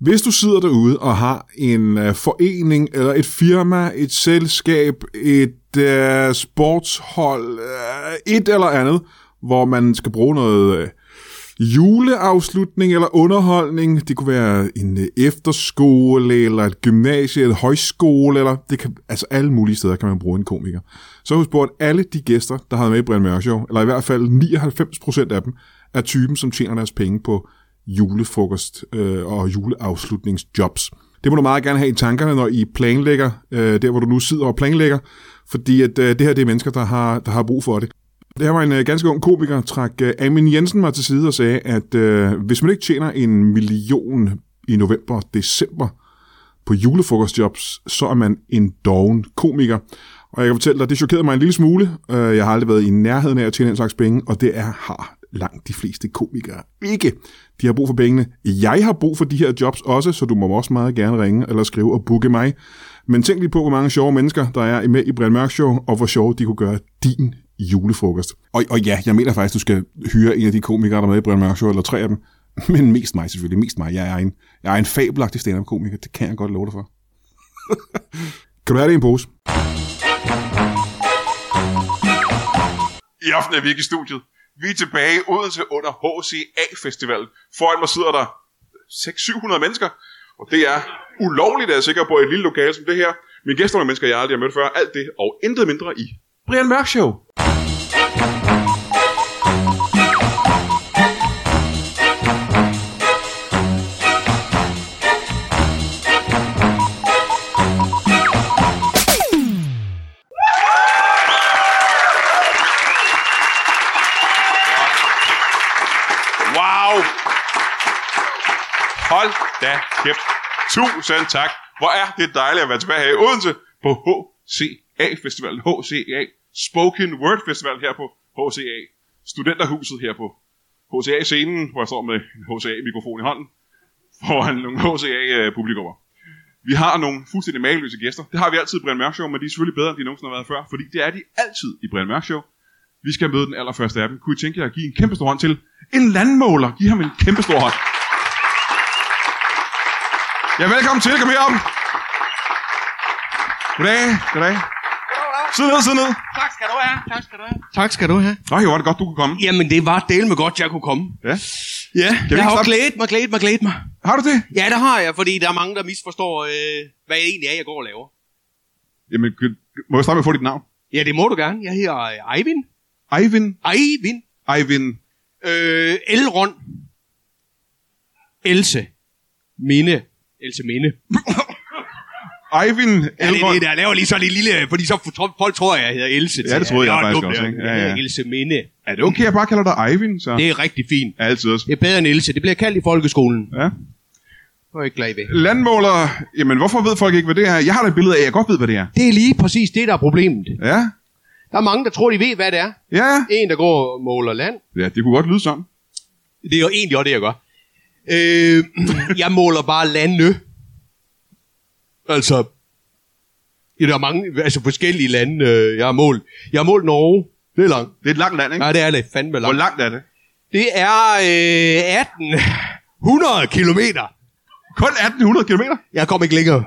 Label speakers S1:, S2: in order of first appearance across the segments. S1: Hvis du sidder derude og har en øh, forening, eller et firma, et selskab, et øh, sportshold, øh, et eller andet, hvor man skal bruge noget øh, juleafslutning eller underholdning. Det kunne være en øh, efterskole, eller et gymnasie, eller højskole, eller det kan, altså alle mulige steder kan man bruge en komiker. Så har vi spurgt alle de gæster, der har været med i Brian Mørk Show, eller i hvert fald 99% af dem, er typen, som tjener deres penge på julefrokost øh, og juleafslutningsjobs. Det må du meget gerne have i tankerne, når I planlægger, øh, der hvor du nu sidder og planlægger, fordi at, øh, det her det er mennesker, der har, der har brug for det. Det her var en øh, ganske ung komiker, trak øh, Amin Jensen mig til side og sagde, at øh, hvis man ikke tjener en million i november og december på julefrokostjobs, så er man en doven komiker. Og jeg kan fortælle dig, det chokerede mig en lille smule. Øh, Jeg har aldrig været i nærheden af at tjene den slags penge, og det er har langt de fleste komikere ikke. De har brug for pengene. Jeg har brug for de her jobs også, så du må også meget gerne ringe eller skrive og booke mig. Men tænk lige på, hvor mange sjove mennesker, der er med i Brian Mørk Show, og hvor sjove de kunne gøre din julefrokost. Og, og ja, jeg mener faktisk, du skal hyre en af de komikere, der er med i Brian Mørk Show, eller tre af dem. Men mest mig selvfølgelig, mest mig. Jeg er en, jeg er en fabelagtig stand-up-komiker, det kan jeg godt love dig for. kan du have det i en pose?
S2: I aften er vi ikke i studiet. Vi er tilbage i Odense under HCA-festivalen. Foran mig sidder der 600-700 mennesker, og det er ulovligt, er jeg sikker på, i et lille lokale som det her. Mine gæster er mennesker, jeg aldrig har mødt før. Alt det og intet mindre i Brian Mørk Show. Wow! Hold da kæft. Tusind tak. Hvor er det dejligt at være tilbage her i Odense på HCA-festivalen. HCA Spoken Word Festival her på HCA. Studenterhuset her på HCA-scenen, hvor jeg står med en HCA-mikrofon i hånden foran nogle HCA-publikummer. Vi har nogle fuldstændig mageløse gæster. Det har vi altid i Brian Mørk Show, men de er selvfølgelig bedre, end de nogensinde har været før, fordi det er de altid i Brian Mørk Show. Vi skal møde den allerførste af dem. Kunne I tænke jer at give en kæmpe stor hånd til en landmåler? Giv ham en kæmpe stor hånd. Ja, velkommen til. Kom herom. Goddag. Goddag. Sid ned, sid ned.
S3: Tak skal du have. Tak skal du have. Tak skal du have.
S2: Nej, hvor var det godt, du kunne komme.
S3: Jamen, det var del med godt, jeg kunne komme.
S2: Ja.
S3: Ja,
S2: vi
S3: jeg
S2: ikke
S3: har jo
S2: starte?
S3: glædet mig, glædet mig, glædet mig.
S2: Har du det?
S3: Ja, det har jeg, fordi der er mange, der misforstår, øh, hvad jeg egentlig er, jeg går og laver.
S2: Jamen, kan- må jeg starte med at få dit navn?
S3: Ja, det må du gerne. Jeg hedder øh, Eivind.
S2: Eivind.
S3: Eivind.
S2: Eivind.
S3: Øh, Elrond. Else. Minde. Else Minde.
S2: Eivind
S3: Ja, det er det,
S2: Elrond.
S3: der. Jeg laver lige sådan en lille... øh, Fordi så tror- folk tror, jeg hedder Else.
S2: Ja, det troede jeg faktisk
S3: dumt,
S2: også,
S3: jeg.
S2: ikke?
S3: Jeg
S2: Ja,
S3: hedder
S2: ja.
S3: Else Minde.
S2: Er det okay, jeg bare kalder dig Eivind? Så?
S3: Det er rigtig fint.
S2: Altid også.
S3: Det er bedre end Else. Det bliver kaldt i folkeskolen.
S2: Ja.
S3: Det er jeg ikke glad ved.
S2: Landmåler. Jamen, hvorfor ved folk ikke, hvad det er? Jeg har da et billede af, jeg godt ved, hvad det er.
S3: Det er lige præcis det, der er problemet.
S2: Ja.
S3: Der er mange, der tror, de ved, hvad det er.
S2: Ja.
S3: En, der går og måler land.
S2: Ja, det kunne godt lyde sådan.
S3: Det er jo egentlig også det, jeg gør. Øh, jeg måler bare landene. Altså, ja, der er mange, altså forskellige lande, øh, jeg har målt. Jeg har målt Norge. Det er langt.
S2: Det er et langt land, ikke?
S3: Nej, det er det fandme
S2: Hvor
S3: langt.
S2: langt er det?
S3: Det er øh, 1800 kilometer.
S2: Kun 1800 km.
S3: Jeg kom ikke længere.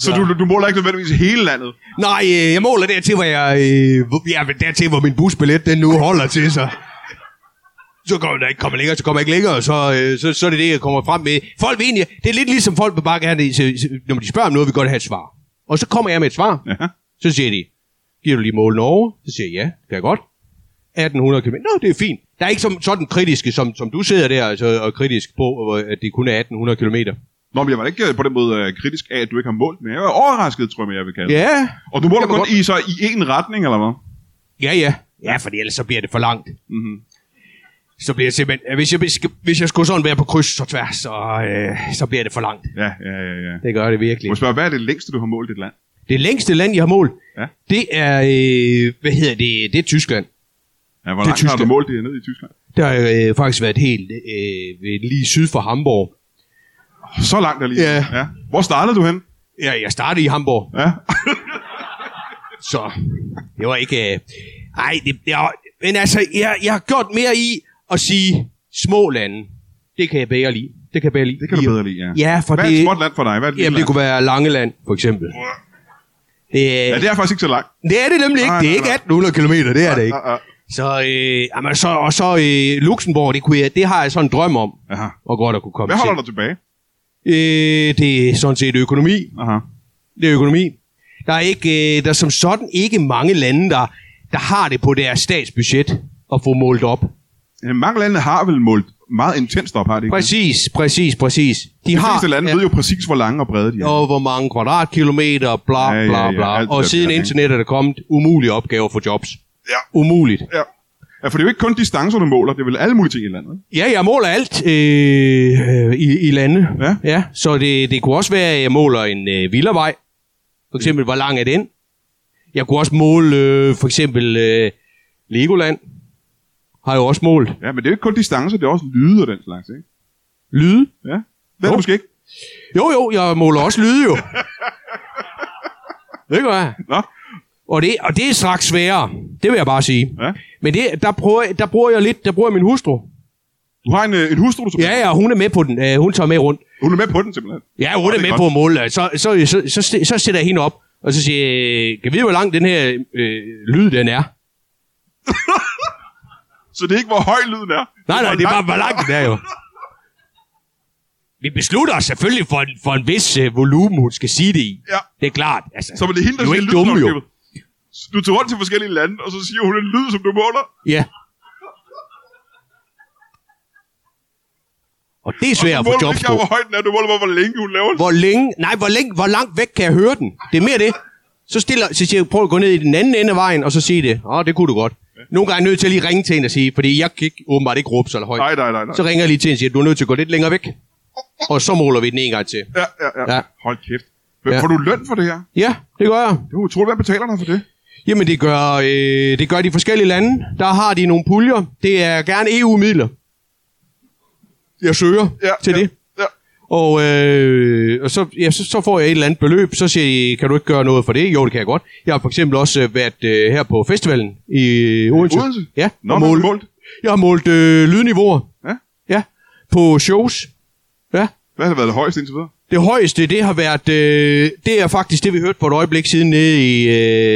S2: Så du, du måler ikke nødvendigvis hele landet.
S3: Nej, øh, jeg måler dertil, hvor jeg... Øh, hvor- ja, men dertil, hvor min busbillet den nu holder til sig. Så kommer der ikke kommer længere, så kommer jeg ikke længere, så, øh, så, så er det det, jeg kommer frem med. Folk vil egentlig... Det er lidt ligesom folk vil bare gerne... Så, så, når de spørger om noget, vil godt have et svar. Og så kommer jeg med et svar.
S2: Ja.
S3: Så siger de, giver du lige mål Norge? Så siger jeg, ja, det kan jeg godt. 1800 km. Nå, det er fint. Der er ikke som, sådan kritiske, som, som du sidder der altså, og kritisk på, hvor- at det kun er 1800 km.
S2: Nå, men jeg var da ikke øh, på den måde øh, kritisk af, at du ikke har målt, men jeg var overrasket, tror jeg, jeg vil kalde det.
S3: Ja,
S2: Og du måler
S3: Det var
S2: kun i, så i én retning, eller hvad?
S3: Ja, ja. Ja, for ellers så bliver det for langt. Mm-hmm. Så bliver jeg simpelthen... Hvis jeg, hvis, jeg- hvis jeg skulle sådan være på kryds og tværs, så, øh, så bliver det for langt.
S2: Ja, ja, ja. ja.
S3: Det gør det
S2: Må
S3: virkelig.
S2: jeg spørge, hvad er det længste, du har målt et land?
S3: Det længste land, jeg har målt,
S2: Ja.
S3: det er... Øh, hvad hedder det? Det er Tyskland.
S2: Ja, hvor
S3: Det er
S2: langt har du
S3: Tyskland.
S2: målt det ned i Tyskland?
S3: Der har øh, faktisk været helt øh, ved- lige syd for Hamburg.
S2: Så langt alligevel.
S3: Ja.
S2: ja. Hvor startede du hen?
S3: Ja, jeg startede i Hamburg,
S2: Ja.
S3: så det var ikke... Øh, ej, det, jeg, men altså, jeg, jeg har gjort mere i at sige små lande. Det kan jeg bedre lide. Det kan jeg bedre lide.
S2: Det kan du bedre lide, ja.
S3: Ja, for
S2: Hvad er
S3: det...
S2: et småt land for dig? Hvad er det,
S3: Jamen, det kunne være Langeland, for eksempel. Det,
S2: Ja, det er faktisk ikke så langt.
S3: det er det nemlig ikke.
S2: Nej,
S3: det er
S2: nej,
S3: ikke
S2: nej.
S3: 1800 km, det er det ikke.
S2: Ah, ah,
S3: Så, øh, jamen, så, og så øh, Luxembourg, det, kunne jeg, det har jeg sådan en drøm om,
S2: Aha.
S3: hvor godt at kunne komme
S2: Hvad holder
S3: til.
S2: dig tilbage?
S3: Øh, det er sådan set økonomi.
S2: Aha.
S3: Det er økonomi. Der er, ikke, øh, der er som sådan ikke mange lande, der, der har det på deres statsbudget at få målt op.
S2: Øh, Mange lande har vel målt meget intenst op, har de ikke? det?
S3: Præcis, præcis, præcis. De,
S2: De
S3: har,
S2: fleste lande ved jo præcis, hvor lange og brede de er.
S3: og hvor mange kvadratkilometer, bla
S2: Ja,
S3: bla
S2: ja,
S3: bla.
S2: ja, alt det
S3: og
S2: der
S3: siden
S2: der, ikke?
S3: internettet er kommet, umulige opgaver for jobs.
S2: Ja.
S3: Umuligt.
S2: Ja. ja, for det er jo ikke kun distancer, du måler. Det er vel alle mulige ting i landet. ikke?
S3: Ja, jeg måler alt øh, øh, i, i lande.
S2: Ja.
S3: ja så det, det kunne også være, at jeg måler en øh, villavej.
S2: Mm.
S3: For eksempel, hvor lang er den? Jeg kunne også måle øh, for eksempel øh, Legoland. Har jeg også målt.
S2: Ja, men det er jo ikke kun distancer, det er også lyde og den slags, ikke?
S3: Lyde.
S2: Ja. Det er
S3: Jo.
S2: det måske ikke.
S3: Jo, jo, jeg måler også lyde jo. det gør jeg.
S2: Nå,
S3: Og det, og det er straks sværere. Det vil jeg bare sige.
S2: ja.
S3: Men det, der, prøver, jeg- der bruger jeg lidt, der bruger jeg min hustru.
S2: Du har en, øh, en hustru, du
S3: Ja, ja, hun er med på den. Øh, hun tager med rundt.
S2: Hun er med på den simpelthen.
S3: Ja, hun
S2: det
S3: er
S2: er
S3: med
S2: godt.
S3: på at måle. Så, så, så, så, så, så sætter jeg hende op, og så siger jeg, kan vi vide, hvor lang den her øh, lyd den er?
S2: Så det er ikke, hvor høj lyden er.
S3: Nej, nej,
S2: hvor
S3: det er bare,
S2: langt
S3: hvor
S2: den
S3: lang den er jo. Vi beslutter os selvfølgelig for en, for en vis øh, volumen, hun skal sige det i.
S2: Ja.
S3: Det er klart. Altså,
S2: Så var det hende, der
S3: Vi er jo
S2: siger
S3: ikke dumme, jo.
S2: lydknopskabet. Du tager rundt til forskellige lande, og så siger hun en lyd, som du måler.
S3: Ja. Og det er svært at få
S2: måler
S3: jobs
S2: ikke, engang,
S3: på.
S2: hvor høj den er, du måler bare, hvor længe hun laver den.
S3: Hvor længe, nej, hvor, længe, hvor langt væk kan jeg høre den? Det er mere det. Så, stiller, så siger jeg, prøv at gå ned i den anden ende af vejen, og så sige det. Åh, det kunne du godt. Nogle gange er jeg nødt til at lige ringe til en og sige, fordi jeg kan ikke, åbenbart ikke råbe så højt.
S2: Nej, nej, nej, nej.
S3: Så ringer jeg lige til en og siger, du er nødt til at gå lidt længere væk. Og så måler vi den en gang til.
S2: Ja, ja, ja,
S3: Ja.
S2: Hold kæft. Men
S3: Ja.
S2: Får du løn for det her?
S3: Ja, det gør jeg.
S2: Det er utroligt, hvad betaler dig for det?
S3: Jamen, det gør, øh, det gør de forskellige lande. Der har de nogle puljer. Det er gerne EU-midler. Jeg søger
S2: Ja,
S3: til
S2: ja,
S3: det.
S2: Ja.
S3: Og, øh, og så, ja, så, så får jeg et eller andet beløb, så siger I, kan du ikke gøre noget for det? Jo, det kan jeg godt. Jeg har for eksempel også øh, været øh, her på festivalen i Odense.
S2: Odense?
S3: Ja,
S2: Nå,
S3: og
S2: hvad har du målt?
S3: Jeg har målt øh, lydniveauer.
S2: Ja.
S3: Ja, på shows. Ja,
S2: Hvad har det været det højeste indtil videre?
S3: det højeste, det har været, øh, det er faktisk det, vi hørte for et øjeblik siden nede i,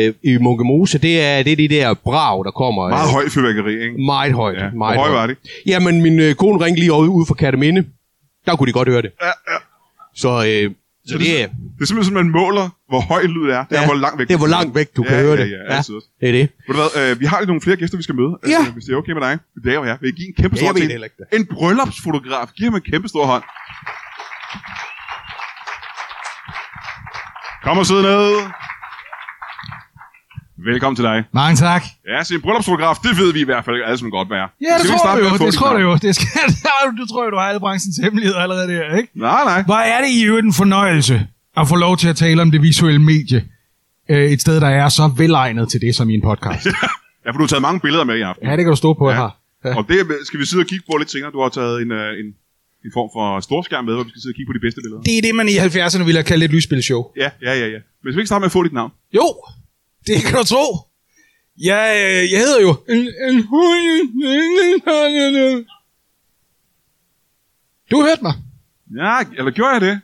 S3: øh, i Munkemose. Det er, det er de der brag, der kommer. øh,
S2: Meget høj fyrværkeri, ikke?
S3: Meget højt.
S2: Ja,
S3: Meget
S2: hvor høj var det?
S3: Jamen, min øh, kone ringede lige over- ude fra Kataminde. Der kunne de godt høre det.
S2: Ja, ja.
S3: Så, øh, så, så det, er,
S2: Det er simpelthen, man måler, hvor høj lyd er. Det er,
S3: Ja,
S2: hvor langt væk.
S3: det er, hvor langt væk du kan høre
S2: ja,
S3: det.
S2: Ja, ja, altid.
S3: det er det.
S2: Ved du hvad, øh, vi har lige nogle flere gæster, vi skal møde.
S3: Ja.
S2: Øh, hvis det er okay med dig. Det er jo her. Vil I give en kæmpe
S3: Ja,
S2: stor
S3: jeg ved
S2: hånd til
S3: det heller ikke,
S2: En bryllupsfotograf. Giv ham en kæmpe stor hånd. Kom og sid ned. Velkommen til dig.
S4: Mange tak.
S2: Ja, så en bryllupsfotograf, det ved vi i hvert fald alle som godt være.
S4: Ja, det
S2: Skal vi
S4: tror
S2: starte
S4: du
S2: med
S4: jo.
S2: at få
S4: Det
S2: dit
S4: tror du
S2: navn?
S4: jo. Det skal, du tror jo, du har alle branchens hemmeligheder allerede der, ikke?
S2: Nej, nej.
S4: Hvor er det i øvrigt en fornøjelse at få lov til at tale om det visuelle medie. Øh, Et sted, der er så velegnet til det som i en podcast.
S2: Ja, for du har taget mange billeder med i aften.
S4: Ja, det kan du stå på
S2: Ja.
S4: ja. her. Ja.
S2: Og det skal vi sidde og kigge på lidt senere. Du har taget en, øh, en, en form for storskærm med, hvor vi skal sidde og kigge på de bedste billeder.
S4: Det er det, man i 70'erne ville have kaldt et lysspilshow.
S2: Ja, ja, ja, ja. Men skal vi ikke starte med at få dit navn?
S4: Jo, det kan du tro. Jeg, øh, jeg hedder jo... Du hørte mig.
S2: Ja, eller gjorde jeg det?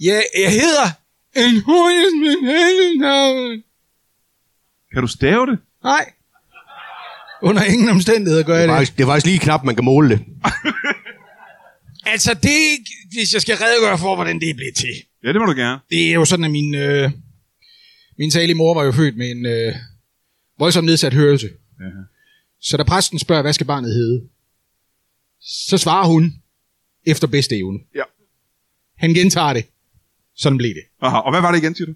S4: Jeg, jeg hedder... En
S2: Kan du stave det?
S4: Nej. Under ingen omstændigheder gør
S3: Det
S4: jeg
S3: er,
S4: det.
S3: faktisk, det er faktisk lige knap, man kan måle det.
S4: Altså, det, hvis jeg skal redegøre for, hvordan det blev til.
S2: Ja, det må du gerne.
S4: Det er jo sådan, at min, øh, min salige mor var jo født med en øh, voldsomt nedsat hørelse. Så da præsten spørger, hvad skal barnet hedde, så svarer hun efter bedste evne.
S2: Ja.
S4: Han gentager det. Sådan blev det.
S2: Aha, og hvad var det igen, siger du?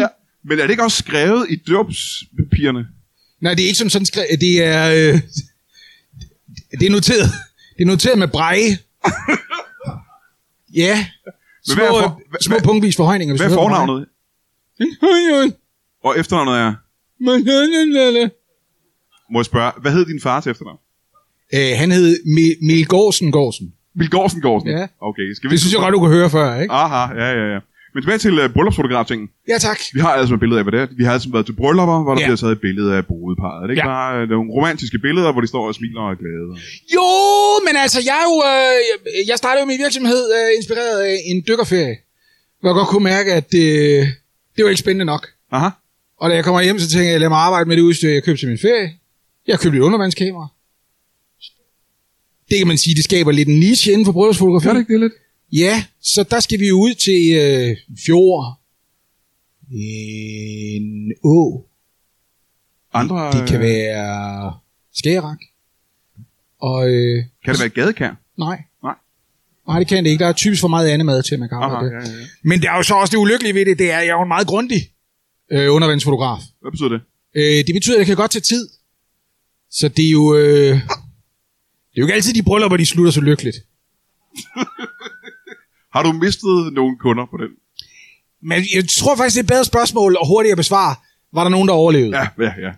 S4: Ja.
S2: Men er det ikke også skrevet i døbspapirerne?
S4: Nej, det er ikke sådan, sådan skrevet. Det er, øh, det er noteret. Det er noteret med breje. ja.
S2: Men
S4: Små,
S2: hvad er for-
S4: for,
S2: hvad-
S4: små
S2: hvad-
S4: punktvis forhøjninger. hvis
S2: Hvad
S4: du
S2: er
S4: hedder
S2: fornavnet? Og efternavnet er...
S4: Breje.
S2: Må jeg spørge, hvad hed din far til efternavn?
S4: Øh, han hed Mi- Mil Gårdsen Gårdsen.
S2: Bill Gårdsen Gårdsen?
S4: Ja.
S2: Okay, skal vi...
S4: Det synes jeg godt, du kunne høre før, ikke?
S2: Aha, ja, ja, ja. Men tilbage til uh, bryllupsfotograf-tingen.
S4: Ja, tak.
S2: Vi har altså et billede af, hvad det er. Vi har altså været til bryllupper, hvor der
S3: Ja.
S2: bliver taget et billede af brudeparret. Det er ikke
S3: Ja.
S2: bare øh, nogle romantiske billeder, hvor de står og smiler og er glade.
S4: Jo, men altså, jeg, er jo, øh, jeg startede jo min virksomhed øh, inspireret af en dykkerferie, hvor jeg godt kunne mærke, at det, det var ikke spændende nok.
S2: Aha.
S4: Og da jeg kommer hjem, så tænker jeg, lad mig arbejde med det udstyr, jeg købte til min ferie. Jeg købte et undervandskamera. Det kan man sige, det skaber lidt en niche inden for bryllupsfotografi.
S1: Gør det ikke det lidt?
S4: Ja, så der skal vi ud til øh, en fjord. En å.
S2: Andre,
S4: Det kan
S2: øh,
S4: være skærak. Og øh,
S2: kan det være et gadekær?
S4: nej.
S2: Nej.
S4: Nej, det kan det ikke. Der er typisk for meget andet mad til, at man kan
S2: Aha,
S4: arbejde
S2: ja,
S4: det.
S2: ja, ja.
S4: Men det er jo så også det ulykkelige ved det, det er, at jeg er jo en meget grundig øh, undervandsfotograf.
S2: Hvad betyder det?
S4: Øh, det betyder, at det kan godt tage tid. Så det er jo... Øh, det er jo ikke altid de bryllupper, de slutter så lykkeligt.
S2: Har du mistet nogle kunder på den?
S4: Men jeg tror faktisk, det er et bedre spørgsmål og hurtigere at besvare. Var der nogen, der overlevede?
S2: Ja, ja, ja.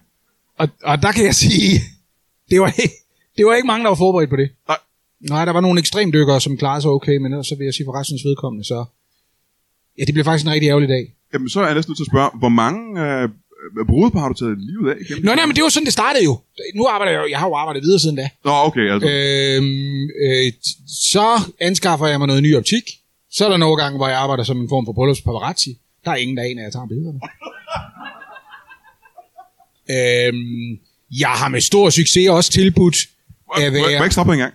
S4: Og, og der kan jeg sige, det var, ikke, det var ikke mange, der var forberedt på det.
S2: Nej.
S4: Nej, der var nogle ekstremdykkere, som klarede sig okay, men ellers så vil jeg sige for restens vedkommende, så... Ja, det blev faktisk en rigtig ærgerlig dag.
S2: Jamen, så er jeg næsten nødt til at spørge, hvor mange øh, brudepar har du taget livet af? igennem?
S4: Nå, nej, men det var sådan, det startede jo. Nu arbejder jeg jo, jeg har jo arbejdet videre siden da.
S2: Nå, okay, altså. Øh.
S4: Øhm, øh, t- så anskaffer jeg mig noget ny optik. Så er der nogle gange, hvor jeg arbejder som en form for bryllupspaparazzi. Der er ingen, der aner, at jeg tager billederne. øhm, jeg har med stor succes også tilbudt at
S2: Må, jeg- må jeg
S4: være...
S2: ikke stoppe her engang?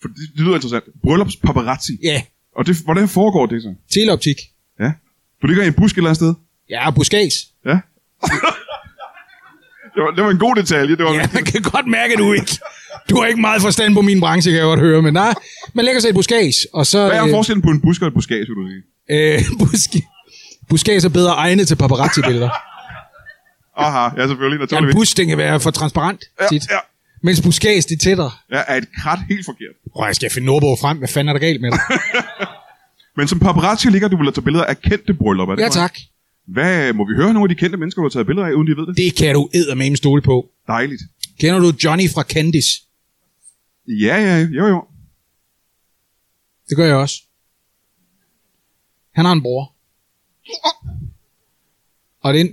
S2: For det, det lyder interessant. Bryllupspaparazzi.
S4: Ja,
S2: Og det, hvordan foregår det så?
S4: teleoptik.
S2: Ja. Du ligger i en busk et eller andet sted?
S4: Jeg er buskæs.
S2: Ja. det, var, det var en god detalje. Det var,
S4: Ja, man kan godt mærke, at du ikke... Du har ikke meget forstand på min branche, kan jeg godt høre, men nej, man lægger sig i et buskæs, og så...
S2: Hvad er
S4: øh,
S2: forskellen på en busk og et buskage, vil du sige?
S4: øh, buske, buskæs er bedre egnet til paparazzi-billeder.
S2: Aha, ja, selvfølgelig.
S4: Ja, en
S2: Naturligvis.
S4: bus, den kan være for transparent
S2: Ja,
S4: tit.
S2: ja.
S4: Mens buskæs, det er tættere.
S2: Ja, er et krat helt forkert.
S4: Prøv, jeg skal finde Nordborg frem. Hvad fanden er der galt med dig?
S2: Men som paparazzi ligger du vil tage billeder af kendte bryllupper. er det
S4: ja,
S2: korrekt?
S4: tak.
S2: Hvad, må vi høre nogle af de kendte mennesker, du har taget billeder af, uden de ved det?
S4: Det kan du eddermame stole på.
S2: Dejligt.
S4: Kender du Johnny fra Candice?
S2: Ja, ja, jo, jo.
S4: Det gør jeg også. Han har en bror. Og den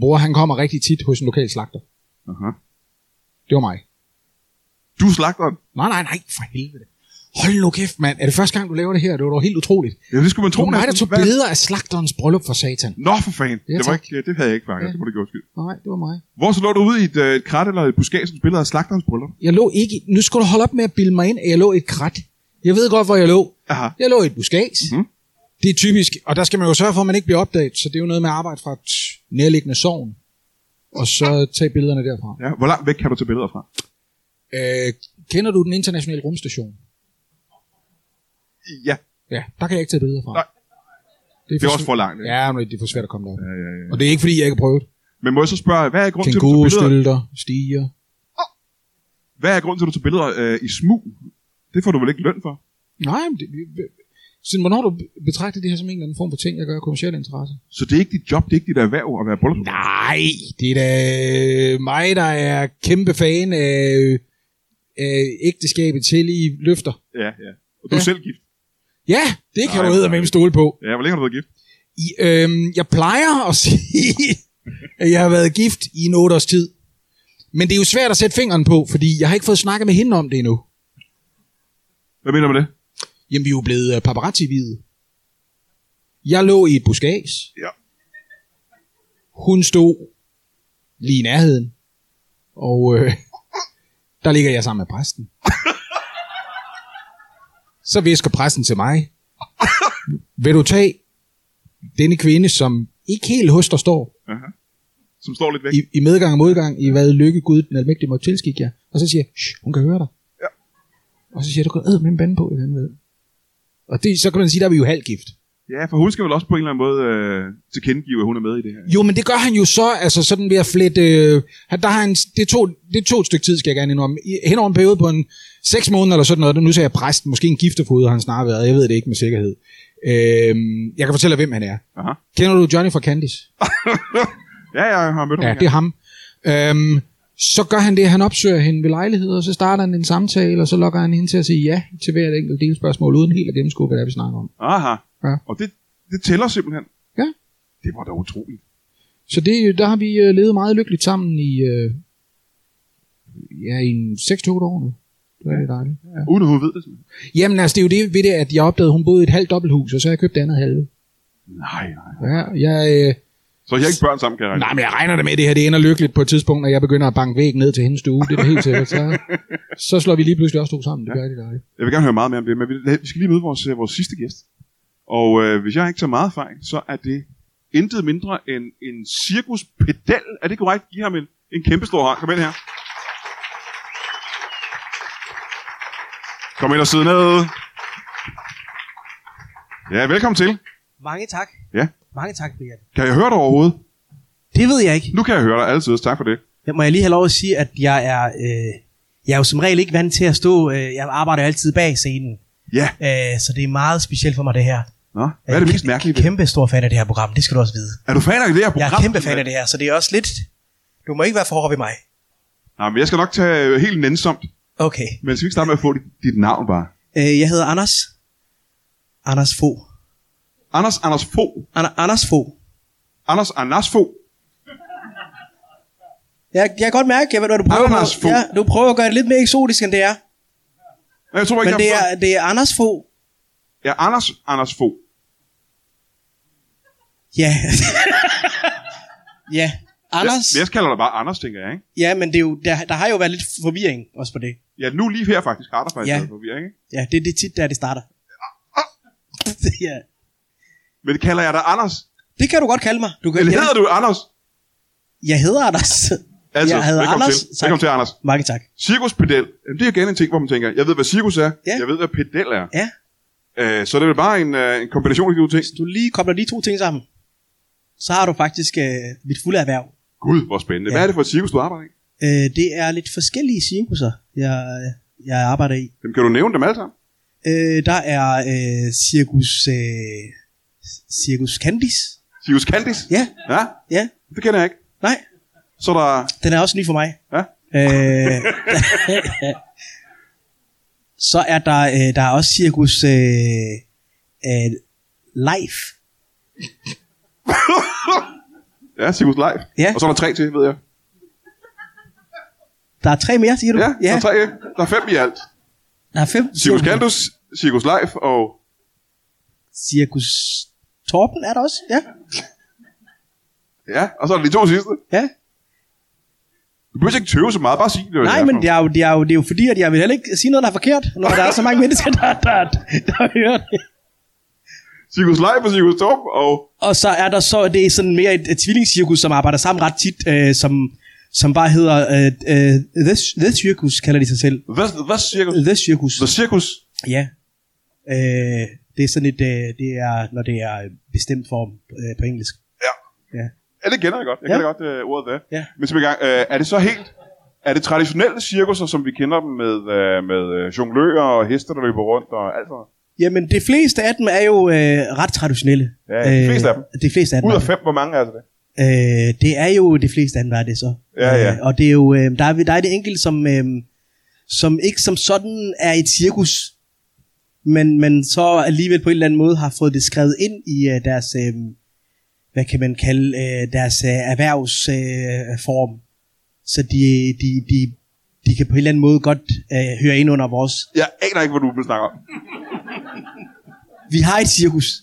S4: bror, han kommer rigtig tit hos en lokal slagter.
S2: Aha.
S4: Det var mig.
S2: Du er slagteren.
S4: Nej, nej, nej, for helvede. Hold nu kæft, mand. Er det første gang, du laver det her? Det var dog helt utroligt.
S2: Ja, det skulle man
S4: Det
S2: tro.
S4: var mig, der
S2: næsten.
S4: tog
S2: Hvad-
S4: billeder af slagterens bryllup for satan.
S2: Nå, for fanden.
S4: Ja,
S2: det, var
S4: tak.
S2: ikke, ja, det havde jeg ikke fanget.
S4: Ja.
S2: Det må du gøre skyld.
S4: Nej, det var mig.
S2: Hvor så lå du ud i et, øh, et krat eller et buskage, som spillede af slagterens bryllup?
S4: Jeg lå ikke... Nu skal du holde op med at bilde mig ind, at jeg lå i et krat. Jeg ved godt, hvor jeg lå.
S2: Aha.
S4: Jeg lå i et buskage. Mm-hmm. Det er typisk, og der skal man jo sørge for, at man ikke bliver opdaget, så det er jo noget med at arbejde fra et nærliggende sovn, og så tage billederne derfra.
S2: Ja, hvor langt væk kan du tage billeder fra?
S4: Øh, kender du den internationale rumstation?
S2: Ja,
S4: Ja, der kan jeg ikke tage billeder fra.
S2: Nej.
S4: Det
S2: det er også for langt. Ja.
S4: Ja, men det er for svært at komme derop.
S2: Ja, ja, ja.
S4: Og det er ikke, fordi jeg ikke har prøvet.
S2: Øh, Men må jeg så spørge, hvad er grunden til, at du tager
S4: Kænguru,
S2: billeder?
S4: stylter, stiger.
S2: Hvad er grunden til, at du tager billeder øh, i smug? Det får du vel ikke løn for?
S4: Nej, men det, siden hvornår har du betragtet det her som en eller anden form for ting, jeg gør af kommersiel interesse?
S2: Så det er ikke dit job, det er ikke dit erhverv at være bryllupsfotograf?
S4: Nej, det er da mig, der er kæmpe fan af, af ægteskabet til i løfter.
S2: Ja, ja. Og du er
S4: Ja.
S2: selv gift.
S4: Ja, det kan
S2: Nej,
S4: du
S2: nej.
S4: hedder med stole på.
S2: Ja, hvor længe har du været gift?
S4: I, øhm, jeg plejer at sige, at jeg har været gift i en otte års tid. Men det er jo svært at sætte fingeren på, fordi jeg har ikke fået snakket med hende om det endnu.
S2: Hvad mener du med det?
S4: Jamen, vi er jo blevet øh, paparazzi-hvide. Jeg lå i et buskage.
S2: Ja.
S4: Hun stod lige i nærheden. Og øh, der ligger jeg sammen med præsten. Så visker præsten til mig. Vil du tage denne kvinde, som ikke helt hos dig står,
S2: Som står lidt væk.
S4: i, i medgang og modgang, i hvad lykke Gud den almægtige må tilskikke jer, og så siger jeg, "Shh, hun kan høre dig.
S2: Ja.
S4: Og så siger jeg, du kan æde min bande på, i den ved. Og det, så kan man sige, der er vi jo halvgift.
S2: Ja, for hun skal vel også på en eller anden måde øh, tilkendegive, at hun er med i det her.
S4: Jo, men det gør han jo så, altså sådan ved at flette... Øh, han- der har han, det, tog, det tog et stykke tid, skal jeg gerne indrømme. I- Hen over en periode på en seks måneder eller sådan noget. Nu ser jeg præsten, måske en giftefod har han snarere været. Jeg ved det ikke med sikkerhed. Øh, jeg kan fortælle dig, hvem han er.
S2: Aha.
S4: Kender du Johnny fra Candice?
S2: Ja, jeg har mødt ham.
S4: Ja, det er ham. Øhm, så gør han det, han opsøger hende ved lejligheder, og så starter han en samtale, og så lokker han hende til at sige ja til hvert enkelt delspørgsmål, uden helt at gennemskue, hvad det er, vi snakker om.
S2: Aha.
S4: Ja.
S2: Og det Det tæller simpelthen.
S4: Ja.
S2: Det var da utroligt.
S4: Så det, der har vi øh, levet meget lykkeligt sammen i, øh, ja, i en 6-8 år nu. Det er ja. dejligt. Ja.
S2: Uden at hun ved det. simpelthen.
S4: Jamen altså, det er jo det ved det, at jeg opdagede, at hun boede i et halvt dobbelthus, og så har jeg købt det andet halve.
S2: Nej, nej.
S4: Ja, jeg, øh,
S2: Så jeg har ikke børn sammen, kan jeg regne.
S4: nej, men jeg regner det med, at det her det ender lykkeligt på et tidspunkt, og jeg begynder at banke væg ned til hendes stue. Det er da helt sikkert. Så, så slår vi lige pludselig også to sammen. Det gør det dejligt.
S2: Jeg vil gerne høre meget mere om det, men vi vi skal lige møde vores, øh, vores sidste gæst. Og øh, hvis jeg ikke tager meget fejl, så er det intet mindre end en cirkuspedal. Er det korrekt? Giv ham en, en kæmpe stor hånd. Kom ind her. Kom ind og sidde ned. Ja, velkommen til.
S5: Mange tak.
S2: Ja.
S5: Mange tak, Brian.
S2: Kan jeg høre dig overhovedet?
S5: Det ved jeg ikke.
S2: Nu kan jeg høre dig altid. Tak for det.
S5: Jeg må jeg lige have lov at sige, at jeg er, øh, jeg er jo som regel ikke vant til at stå. Øh, jeg arbejder jo altid bag scenen,
S2: Ja.
S5: øh, så det er meget specielt for mig, det her.
S2: Nå, hvad er det
S5: Jeg
S2: mest mærkelige?
S5: Jeg er
S2: ved-
S5: kæmpe stor fan af det her program, det skal du også vide.
S2: Er du fan af det her
S5: Jeg
S2: program?
S5: er kæmpe fan af det her, så det er også lidt... Du må ikke være for hård ved mig.
S2: Nej, men jeg skal nok tage øh, helt nænsomt.
S5: Okay.
S2: Men skal vi ikke starte med at få dit, dit navn bare?
S5: Øh, jeg hedder Anders. Anders Fogh.
S2: Anders Anders Fogh.
S5: An- Anders Fogh.
S2: Anders Anders Fogh.
S5: Jeg, jeg kan godt mærke, jeg ved, hvad du prøver
S2: Anders
S5: på.
S2: Fogh.
S5: Ja, du prøver at gøre det lidt mere eksotisk, end det er.
S2: Nej, Jeg tror ikke,
S5: Men det
S2: jeg
S5: er, det er Anders Fogh.
S2: Ja, Anders Anders Fogh.
S5: Ja. ja. Anders.
S2: Jeg, jeg kalder dig bare Anders, tænker jeg, ikke?
S5: Ja, men det er jo, der, der har jo været lidt forvirring også på det.
S2: Ja, nu lige her faktisk har der faktisk
S5: Ja.
S2: ja. forvirring, ikke?
S5: Ja, det, det er tit, der det starter. ja.
S2: Men det kalder jeg dig Anders.
S5: Det kan du godt kalde mig. Du kan,
S2: Eller
S5: jeg,
S2: hedder du Anders?
S5: jeg hedder Anders.
S2: Altså,
S5: jeg hedder
S2: velkommen
S5: Anders.
S2: til. Velkommen til, Anders.
S5: Mange tak.
S2: Cirkuspedel. Jamen, det er igen en ting, hvor man tænker, jeg ved, hvad cirkus er.
S5: Ja.
S2: Jeg ved, hvad pedel er.
S5: Ja.
S2: Øh, så det er vel bare en, øh, en kombination af de to ting.
S5: Hvis du lige kobler de to ting sammen, så har du faktisk øh, mit fulde erhverv.
S2: Gud, hvor spændende. Hvad
S5: Ja.
S2: er det for et cirkus, du arbejder i?
S5: Øh, det er lidt forskellige cirkusser, jeg, jeg arbejder i.
S2: Jamen, kan du nævne dem alle sammen?
S5: Øh, der er øh, cirkus, øh, cirkus Candice.
S2: Cirkus Candis?
S5: Ja,
S2: Ja,
S5: ja,
S2: det kender jeg ikke.
S5: nej,
S2: Så er der...
S5: den er også ny for mig.
S2: Ja?
S5: Øh, så er der, øh, der er også cirkus øh, øh, live.
S2: Ja, Cirkus Live.
S5: Ja.
S2: Og så er der tre til, ved jeg.
S5: Der er tre mere, siger du?
S2: Ja, ja. der er tre. Der er fem i alt.
S5: Der er fem.
S2: Cirkus Candus, Cirkus Live og...
S5: Cirkus Torben er der også, ja.
S2: Ja, og så er der de to sidste.
S5: ja.
S2: Du behøver ikke tøve så meget, bare sig det. hvad
S5: Nej,
S2: det
S5: men
S2: for.
S5: det er, jo, det, er jo, det er jo fordi, at jeg vil heller ikke sige noget, der er forkert, når der er så mange mennesker, der, der, der hører det.
S2: Cirkus Live og Cirkus Torp, og
S5: Og så er der så, det er sådan mere et, et tvillingcirkus, som arbejder sammen ret tit, øh, som, som bare hedder øh, øh, The, The Circus, kalder de sig selv.
S2: hvad, hvad cirkus?
S5: The Circus.
S2: The Circus.
S5: Ja. Øh, det er sådan et, øh, det er, når det er bestemt form øh, på engelsk.
S2: Ja, det kender jeg godt. Jeg
S5: Ja.
S2: kender godt øh, ordet hvad.
S5: Ja.
S2: Men simpelthen, øh, er det så helt... Er det traditionelle cirkusser, som vi kender dem med, øh, med øh, jonglører og heste, der løber rundt og alt sådan noget?
S5: Jamen, de fleste af dem er jo øh, ret traditionelle. Øh,
S2: Ja, de fleste af dem.
S5: De fleste af dem.
S2: Ud
S5: er
S2: af fem, hvor mange er det?
S5: Øh, det er jo de fleste af dem, der er det så.
S2: Ja, ja.
S5: Øh, og det er jo, øh, der, er, der er det enkelt, som, øh, som ikke som sådan er et cirkus, men, men så alligevel på en eller anden måde har fået det skrevet ind i øh, deres, øh, hvad kan man kalde, øh, deres øh, erhvervsform. Øh, form. så de, de, de, de kan på en eller anden måde godt øh, høre ind under vores.
S2: Jeg aner ikke, hvad du vil snakke om.
S5: Vi har et cirkus,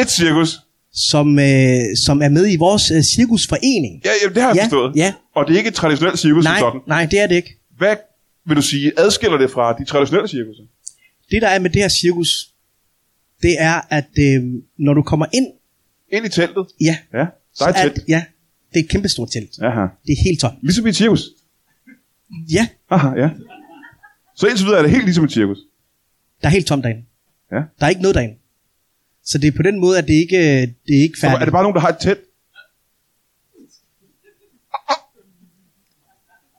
S2: Et cirkus.
S5: som, øh, som er med i vores øh, cirkusforening.
S2: Ja, jamen, det har jeg
S5: Ja,
S2: forstået.
S5: ja.
S2: Og det er ikke et traditionelt cirkus
S5: Nej,
S2: som sådan.
S5: nej, det er det ikke.
S2: Hvad vil du sige, adskiller det fra de traditionelle cirkusser?
S5: det der er med det her cirkus, det er, at øh, når du kommer ind,
S2: Ind i teltet.
S5: ja,
S2: Ja, der er et telt.
S5: at, ja, det er et kæmpestort telt.
S2: Aha.
S5: Det er helt tomt.
S2: Ligesom i et cirkus.
S5: Ja,
S2: Aha, ja. Så indtil videre er det helt ligesom et cirkus.
S5: der er helt tomt derinde.
S2: Ja.
S5: Der er ikke noget derinde. Så det er på den måde, at det ikke øh, det er ikke
S2: Så
S5: færdigt.
S2: er det bare nogen, der har et telt?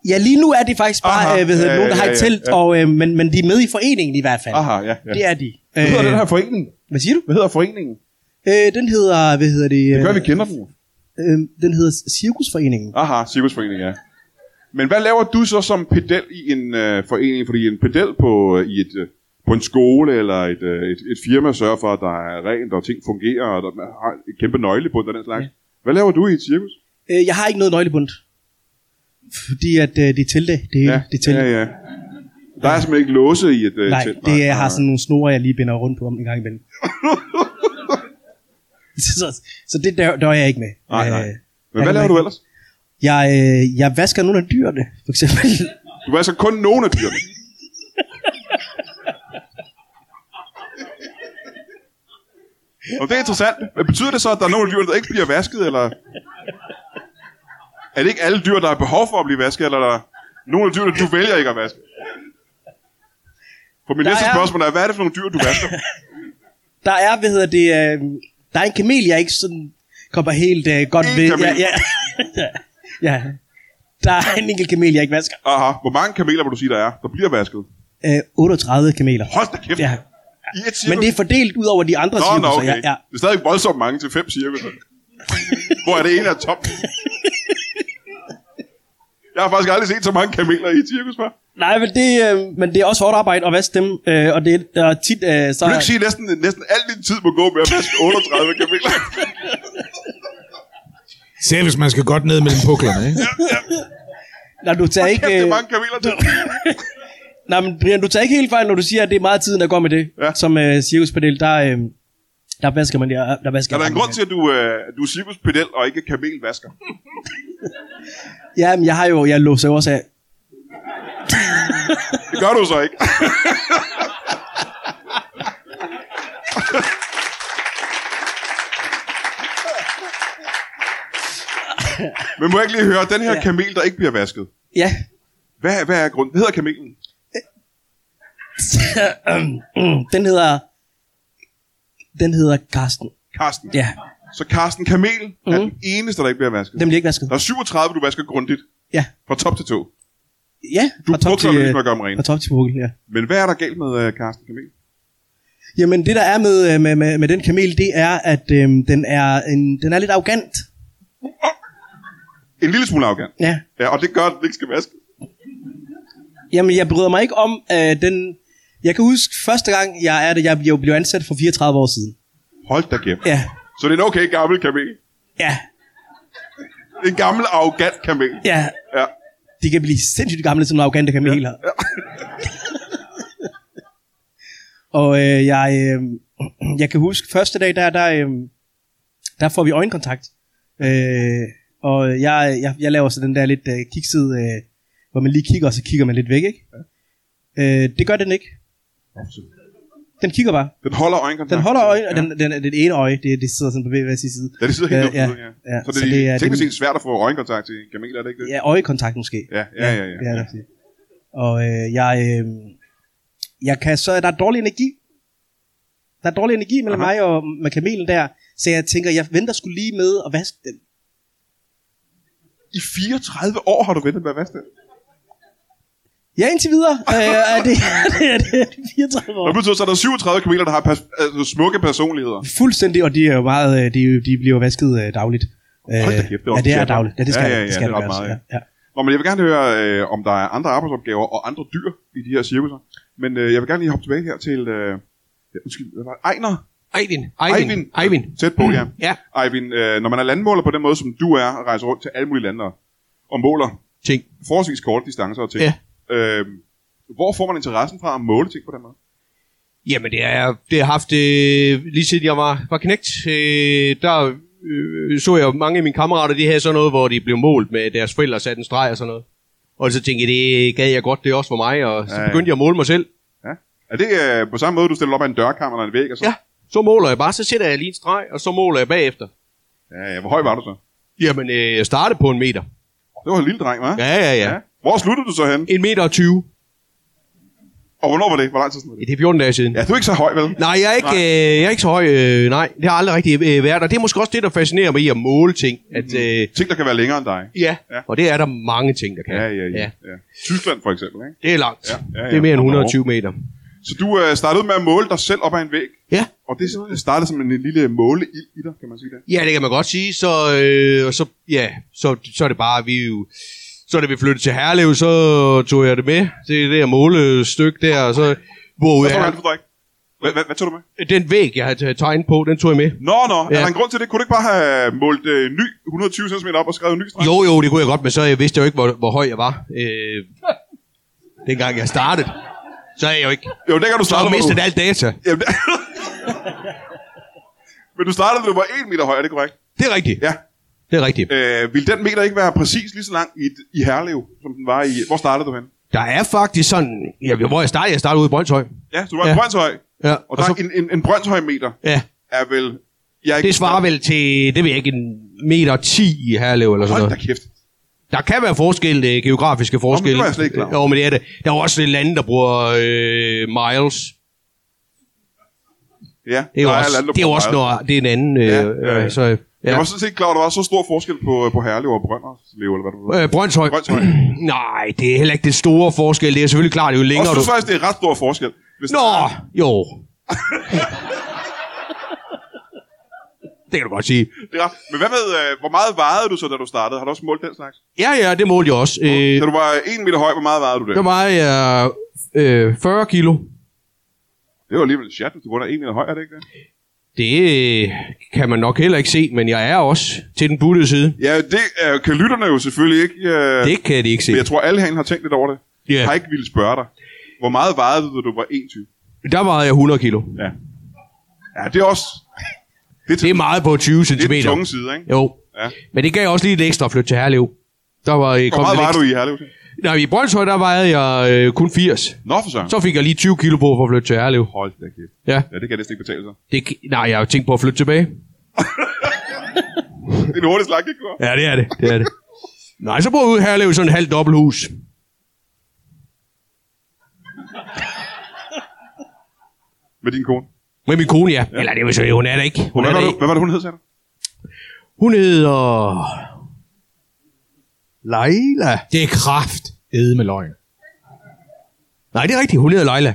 S5: Ja, lige nu er det faktisk bare
S2: Aha,
S5: øh, hvad hedder,
S2: ja,
S5: det, nogen, der
S2: ja,
S5: har et
S2: ja,
S5: telt,
S2: ja.
S5: Og, øh, men, men de er med i foreningen i hvert fald.
S2: Aha, ja. ja.
S5: Det er øh, de.
S2: Hvad hedder den her forening?
S5: Hvad siger du?
S2: Hvad hedder foreningen?
S5: Øh, den hedder, hvad hedder det?
S2: Det gør,
S5: øh,
S2: vi Ah. kender den jo.
S5: øh, den hedder Cirkusforeningen.
S2: Aha, cirkusforeningen, ja. Men hvad laver du så som pedel i en øh, forening? Fordi en pedel på, øh, i et, øh, på en skole eller et, øh, et, et firma sørger for, at der er rent, og ting fungerer, og der man har et kæmpe nøglebund og den slags. Ja. Hvad laver du i et cirkus?
S5: Øh, jeg har ikke noget nøglebund. Fordi at øh, det er telte. Det, ja, det er telte.
S2: ja, ja. Der er simpelthen ikke låse i et øh,
S5: Nej,
S2: telt.
S5: det er, jeg har sådan nogle snore, jeg lige binder rundt på om en gang imellem. så, så det dør, dør jeg ikke med.
S2: Nej, nej.
S5: Øh,
S2: Men hvad
S5: jeg-
S2: laver du ellers?
S5: Jeg, øh, jeg vasker nogle af dyrene, for eksempel.
S2: Du er altså kun nogen af dyrene. Og det er interessant. Men betyder det så, at der er nogle af dyrene, der ikke bliver vasket, eller... Er det ikke alle dyr, der har behov for at blive vasket, eller er der nogle af dyrene, du vælger ikke at vaske? For min
S5: Der
S2: næste
S5: er-
S2: spørgsmål er, hvad er det for nogle dyr, du vasker?
S5: Der er, hvad hedder det, øh, der er en kamel, jeg ikke sådan kommer helt øh, godt
S2: En
S5: ved.
S2: kamel.
S5: Ja, ja. ja. Der er en enkelt kamel, jeg ikke vasker.
S2: Aha, hvor mange kameler vil du sige, der er, der bliver vasket?
S5: Øh, 38 kameler.
S2: Hold da kæft!
S5: Ja.
S2: I et cirkus.
S5: Men det er fordelt ud over de andre
S2: Nå, nå,
S5: cirkusser.
S2: okay.
S5: Ja, ja.
S2: Det er stadig voldsomt mange til fem cirkusser. Hvor er det ene er tom. Jeg har faktisk aldrig set så mange kameler i et cirkus før.
S5: Nej, men det, øh, men det er også hårdt arbejde at vaske dem. Øh, og det er- der er tit... Øh, så,
S2: Du kan ikke sige, at næsten, næsten al din tid må gå med at vaske 38 kameler.
S4: Selv hvis man skal godt ned mellem puklerne, ikke?
S5: nej, du tager
S2: Kæft,
S5: ikke,
S2: det
S5: øh,
S2: er mange kameler til.
S5: nej, men Brian, du tager ikke helt fejl, når du siger, at det er meget tiden, der går med det.
S2: Ja.
S5: Som øh, cirkuspanel, der, øh, der vasker man det. Der vasker
S2: Er der
S5: man
S2: en grund til, at du, øh, at du er cirkuspedel og ikke kamelvasker?
S5: Ja, men jeg har jo, jeg låser jo også af.
S2: Det gør du så ikke. Men må jeg ikke lige høre, den her kamel, der ikke bliver vasket,
S5: Ja.
S2: Hvad, hvad er grunden? Hvad hedder kamelen?
S5: den hedder, den hedder Karsten.
S2: Karsten.
S5: Ja, Mhm.
S2: Så Karsten Kamel mm. er den eneste, der ikke bliver vasket.
S5: den bliver ikke vasket.
S2: Der er 37, du vasker grundigt.
S5: Ja.
S2: Fra top til to.
S5: Ja,
S2: Du
S5: fra top
S2: brugte
S5: til,
S2: dig
S5: øh,
S2: ligesom at gøre dem rene.
S5: fra top til pukkel, ja.
S2: Men hvad er der galt med uh, Karsten Kamel?
S5: Jamen det der er med, øh, med, med, med den kamel, det er, at øhm, den, er en, den er lidt arrogant.
S2: En lille smule arrogant.
S5: Ja.
S2: Ja, og det gør, at den ikke skal vaske.
S5: Jamen jeg bryder mig ikke om øh, den... Jeg kan huske første gang, jeg er det, jeg blev- blev ansat for 34 år siden.
S2: Hold da kæft.
S5: Ja,
S2: Så det er en okay gammel kamel.
S5: ja,
S2: En gammel arrogant kamel.
S5: ja.
S2: Ja.
S5: De kan blive sindssygt gamle, sådan nogle arrogante kameler. Ja. og øh, jeg, øh, jeg kan huske, første dag, der, der, øh, der får vi øjenkontakt. Øh, og jeg, jeg, jeg laver så den der lidt øh, kiksede, øh, hvor man lige kigger, og så kigger man lidt væk, ikke? Ja. Øh, det gør den ikke. Den kigger bare.
S2: Den holder øjenkontakt.
S5: Den holder øje, og den, den, den, den ene øje, det, det sidder sådan på hver hver sin side.
S2: Ja, det sidder helt
S5: Øh,
S2: øh, ja, ja. ja. Så det, så det er teknisk set svært at få øjenkontakt til en kamel, er det ikke det?
S5: Ja, øjekontakt måske.
S2: Ja, ja, ja, ja.
S5: Det er der. Og øh, jeg, øh, jeg kan så, der er dårlig energi. Der er dårlig energi mellem Aha. mig og med kamelen der, så jeg tænker, jeg venter skulle lige med at vaske den.
S2: I 34 år har du ventet med at vaske den.
S5: Ja, indtil videre. øh, er det, er det, er det, er det 34
S2: Det
S5: år.
S2: betyder så, at der er 37 kameler, der har pers- altså, smukke personligheder.
S5: Fuldstændig, og de er jo meget, øh, de, er jo- de bliver jo vasket øh, dagligt.
S2: Hold da kæft, det er
S5: Øh, ja,
S2: også
S5: det er
S2: sjovt.
S5: dagligt. Ja, det skal,
S2: Ja, ja, ja,
S5: det skal
S2: det er ret
S5: gøres.
S2: meget,
S5: ja. Ja.
S2: Nå, men jeg vil gerne høre, øh, om der er andre arbejdsopgaver og andre dyr i de her cirkusser. Men øh, jeg vil gerne lige hoppe tilbage her til... Øh, ja, undskyld, hvad var det? Ejner?
S3: Eivind, Eivind,
S2: Eivind.
S3: Eivind.
S2: Tæt på, ja.
S3: Ja,
S2: Eivind, øh, når man er landmåler på den måde, som du er, og rejser rundt til alle mulige lande og- og måler
S3: ting.
S2: forholdsvis korte distancer og ting.
S3: Ja.
S2: Øh, hvor får man interessen fra at måle ting på den måde?
S3: Jamen, det er, det har haft, øh, lige siden jeg var, var knægt, øh, der øh, så jeg mange af mine kammerater, de havde sådan noget, hvor de blev målt med deres forældre satte en streg og sådan noget. Og så tænkte jeg, det gad jeg godt, det er også for mig, og så
S2: Ja, ja.
S3: begyndte jeg at måle mig selv.
S2: Ja. Er det øh, på samme måde, du stiller op af en dørkammer eller en væg? Og så?
S3: Ja, så måler jeg bare, så sætter jeg lige en streg, og så måler jeg bagefter.
S2: ja. ja. Hvor høj var du så?
S3: Jamen, øh, jeg startede på en meter.
S2: Det var en lille dreng, hva'?
S3: Ja, ja, ja.
S2: Hvor sluttede du så hen?
S3: En meter og 20.
S2: Og hvornår var det? Hvor lang tid siden var det?
S3: Ja, Det er 14 dage siden.
S2: Ja, du er ikke så høj, vel?
S3: Nej, jeg er ikke, øh, jeg er ikke så høj. Øh, nej, det har aldrig rigtig øh, været. Og det er måske også det, der fascinerer mig i at måle ting. At, øh,
S2: Ting, der kan være længere end dig.
S3: ja,
S2: Ja.
S3: og det er der mange ting, der kan.
S2: Ja, ja, ja. ja. Tyskland for eksempel, ikke?
S3: Det er langt.
S2: Ja, ja, ja.
S3: Det er mere end
S2: Og
S3: 120 meter.
S2: Så du øh, startede ud med at måle dig selv op ad en væg,
S3: Ja.
S2: og det det startede som en lille måleild i dig, kan man sige det.
S3: ja, det kan man godt sige. Så, øh, og så, ja, så, så er det bare, vi er jo... Så da vi flyttede til Herlev, så tog jeg det med. Det er det her målestykke der, og så hvor
S2: Hvad
S3: jeg,
S2: tror du, han fordræk? Hvad, hvad, hvad tog du med?
S3: den væg, jeg havde tegnet på, den tog jeg med.
S2: Nå, nå, ja. er
S3: Ja.
S2: der en grund til det? Kunne du ikke bare have målt øh, ny 120 cm op og skrevet en ny streg?
S3: Jo, jo, det kunne jeg godt, men så jeg vidste jeg jo ikke, hvor, hvor høj jeg var. Øh, dengang jeg startede, så er jeg jo ikke.
S2: jo det kan du
S3: Så har
S2: starte
S3: jeg mistet alt data.
S2: Jamen, det... Men du startede, da du var 1 meter høj, er det korrekt?
S3: Det er rigtigt.
S2: Ja.
S3: Det er rigtigt.
S2: Øh, vil den meter ikke være præcis lige så lang i, i Herlev, som den var i... Hvor startede du hen?
S3: Der er faktisk sådan... Ja, hvor jeg startede, jeg startede ude i Brøndshøj.
S2: Ja, så du var ja.
S3: Ja.
S2: en Brøndshøj.
S3: Ja,
S2: Og, og der så...
S3: så,
S2: en, en, en Brøndshøj meter
S3: ja,
S2: er vel... Jeg er
S3: det svarer vel til, det ved jeg ikke, en meter 10 i Herlev eller sådan
S2: Hold da
S3: noget.
S2: kæft.
S3: Der kan være forskel, øh, geografiske forskelle.
S2: var jeg slet ikke klar over.
S3: Jo, men det er det. Der er jo også et lande, der bruger øh, miles.
S2: Ja,
S3: Det er jo
S2: der
S3: også,
S2: land, der
S3: det er jo
S2: bruger
S3: også
S2: meget.
S3: noget, det er en anden. Øh,
S2: Ja,
S3: ja,
S2: ja, ja.
S3: ja. Så, øh,
S2: Jeg
S3: ja.
S2: var sådan set klar, over, at der var så stor forskel på, på Herlev og Brønderslev, eller hvad du ved.
S3: Øh, Brøndshøj.
S2: Brøndshøj.
S3: Nej, det er heller ikke det store forskel. Det er selvfølgelig klart, jo
S2: Og
S3: længere
S2: synes
S3: du...
S2: faktisk, det er ret stor forskel. Hvis
S3: Nå, jo. det kan du godt sige.
S2: Det er ret. Men hvad med, øh, hvor meget vejede du så, da du startede? Har du også målt den slags?
S3: Ja, ja, det målte jeg også. Øh,
S2: Da du var 1 meter høj, hvor meget vejede du det?
S3: der var jeg øh, 40 kilo.
S2: Det var alligevel chat, hvis du kun er 1 meter høj, er det ikke det?
S3: Det øh, kan man nok heller ikke se, men jeg er også til den buttede side.
S2: Ja, det øh, kan lytterne jo selvfølgelig ikke... Øh,
S3: Det kan de ikke se.
S2: Men jeg tror, alle herinde har tænkt lidt over det.
S3: Ja.
S2: Jeg har ikke ville spørge dig. Hvor meget vejede du, da du var 21?
S3: Der vejede jeg 100 kilo.
S2: Ja. Ja, det er også... Det er,
S3: Det er meget på 20 cm.
S2: det er den tunge side, ikke?
S3: Jo.
S2: Ja.
S3: Men det gav også lige et ekstra flyt til Herlev. Der var, øh,
S2: Hvor meget
S3: lidt
S2: var du
S3: ekstra-
S2: i Herlev? til?
S3: Nej, i Brøndshøj, der vejede jeg øh, kun 80.
S2: Nå, for søren.
S3: Så fik jeg lige 20 kilo på for at flytte til Herlev.
S2: Hold da kæft.
S3: Ja,
S2: Ja, det kan jeg næsten ikke betale sig.
S3: det, gi- nej, jeg har jo tænkt på at flytte tilbage.
S2: Det er en hurtig slag, ikke?
S3: Ja, det er det. det, er det. nej, så bor jeg ude i Herlev i sådan et halvt dobbelthus.
S2: Med din kone.
S3: Med min kone, ja. Eller det vil sige, hun er der ikke.
S2: Hvad
S3: Hun, er
S2: var,
S3: der
S2: det,
S3: ikke.
S2: hvad var det, hun hed, sagde du?
S3: hun hedder... Leila.
S4: Det er kraft. Ede med løgn.
S3: Nej, det er rigtigt. Hun hedder Leila.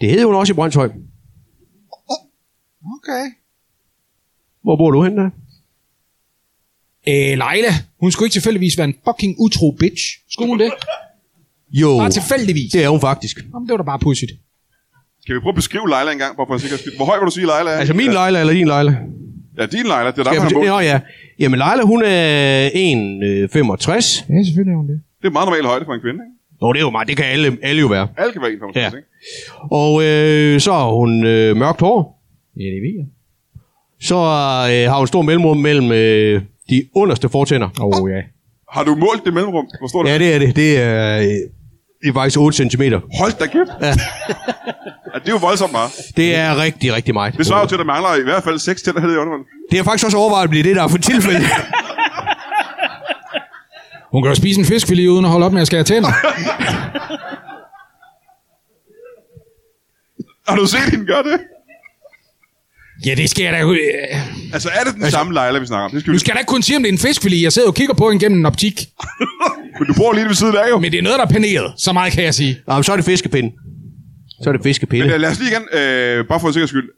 S3: Det hed hun også i Brøndshøj.
S4: Okay.
S3: Hvor bor du henne? da?
S4: Øh, Leila, hun skulle ikke tilfældigvis være en fucking utro bitch. Skulle hun det?
S3: Jo,
S4: Bare tilfældigvis.
S3: det er hun faktisk.
S4: Jamen, det var da bare pudsigt.
S2: Skal vi prøve at beskrive Leila en gang, bare for en sikker skyld? Hvor høj vil du sige, Leila er?
S3: Altså min
S2: ja.
S3: Leila eller din Leila?
S2: Ja, din Leila. Det er
S3: Skal
S2: derfor,
S3: jeg
S2: han
S3: fortæ-
S2: bor.
S3: Nå ja. Jamen Leila, hun er øh, 1,65.
S4: Ja, selvfølgelig er hun det.
S2: Det er meget normal højde for en kvinde, ikke?
S3: Nå, det er jo meget. Det kan alle, alle jo være.
S2: Alle kan være 1,65,
S3: Ja.
S2: ikke?
S3: Og øh, så har hun øh, mørkt hår.
S4: Ja, det ved jeg.
S3: Så øh, har hun stor mellemrum mellem øh, de underste fortænder.
S4: Åh, oh, ja.
S2: Har du målt det mellemrum? Hvor stort er
S3: Ja,
S2: det?
S3: det er det. Det er, øh, det er faktisk 8 cm.
S2: Hold da kæft.
S3: Ja.
S2: ja. det er jo voldsomt meget.
S3: Det er rigtig, rigtig meget.
S2: Det svarer jo til, at der mangler i hvert fald 6 tænder hernede i undervandet.
S3: Det er faktisk også overvejet at blive det, der er for tilfælde.
S4: Hun kan jo spise en fiskfilet uden at holde op med at skære tænder.
S2: Har du set hende gøre det?
S4: ja, det skal jeg da... øh,
S2: Altså, er det den samme Leila, vi snakker om? Det skal vi...
S4: Nu skal jeg da ikke kun sige, om det er en fiskfilet. Jeg sidder og kigger på hende gennem en optik.
S2: Men du bor lige ved siden af, jo.
S4: Men det er noget, der er paneret. Så meget kan jeg sige.
S3: Nå, men så er det fiskepinde. Så er det
S2: Men
S3: fiskepinde.
S2: øh, lad os lige igen, øh, bare for en sikker skyld.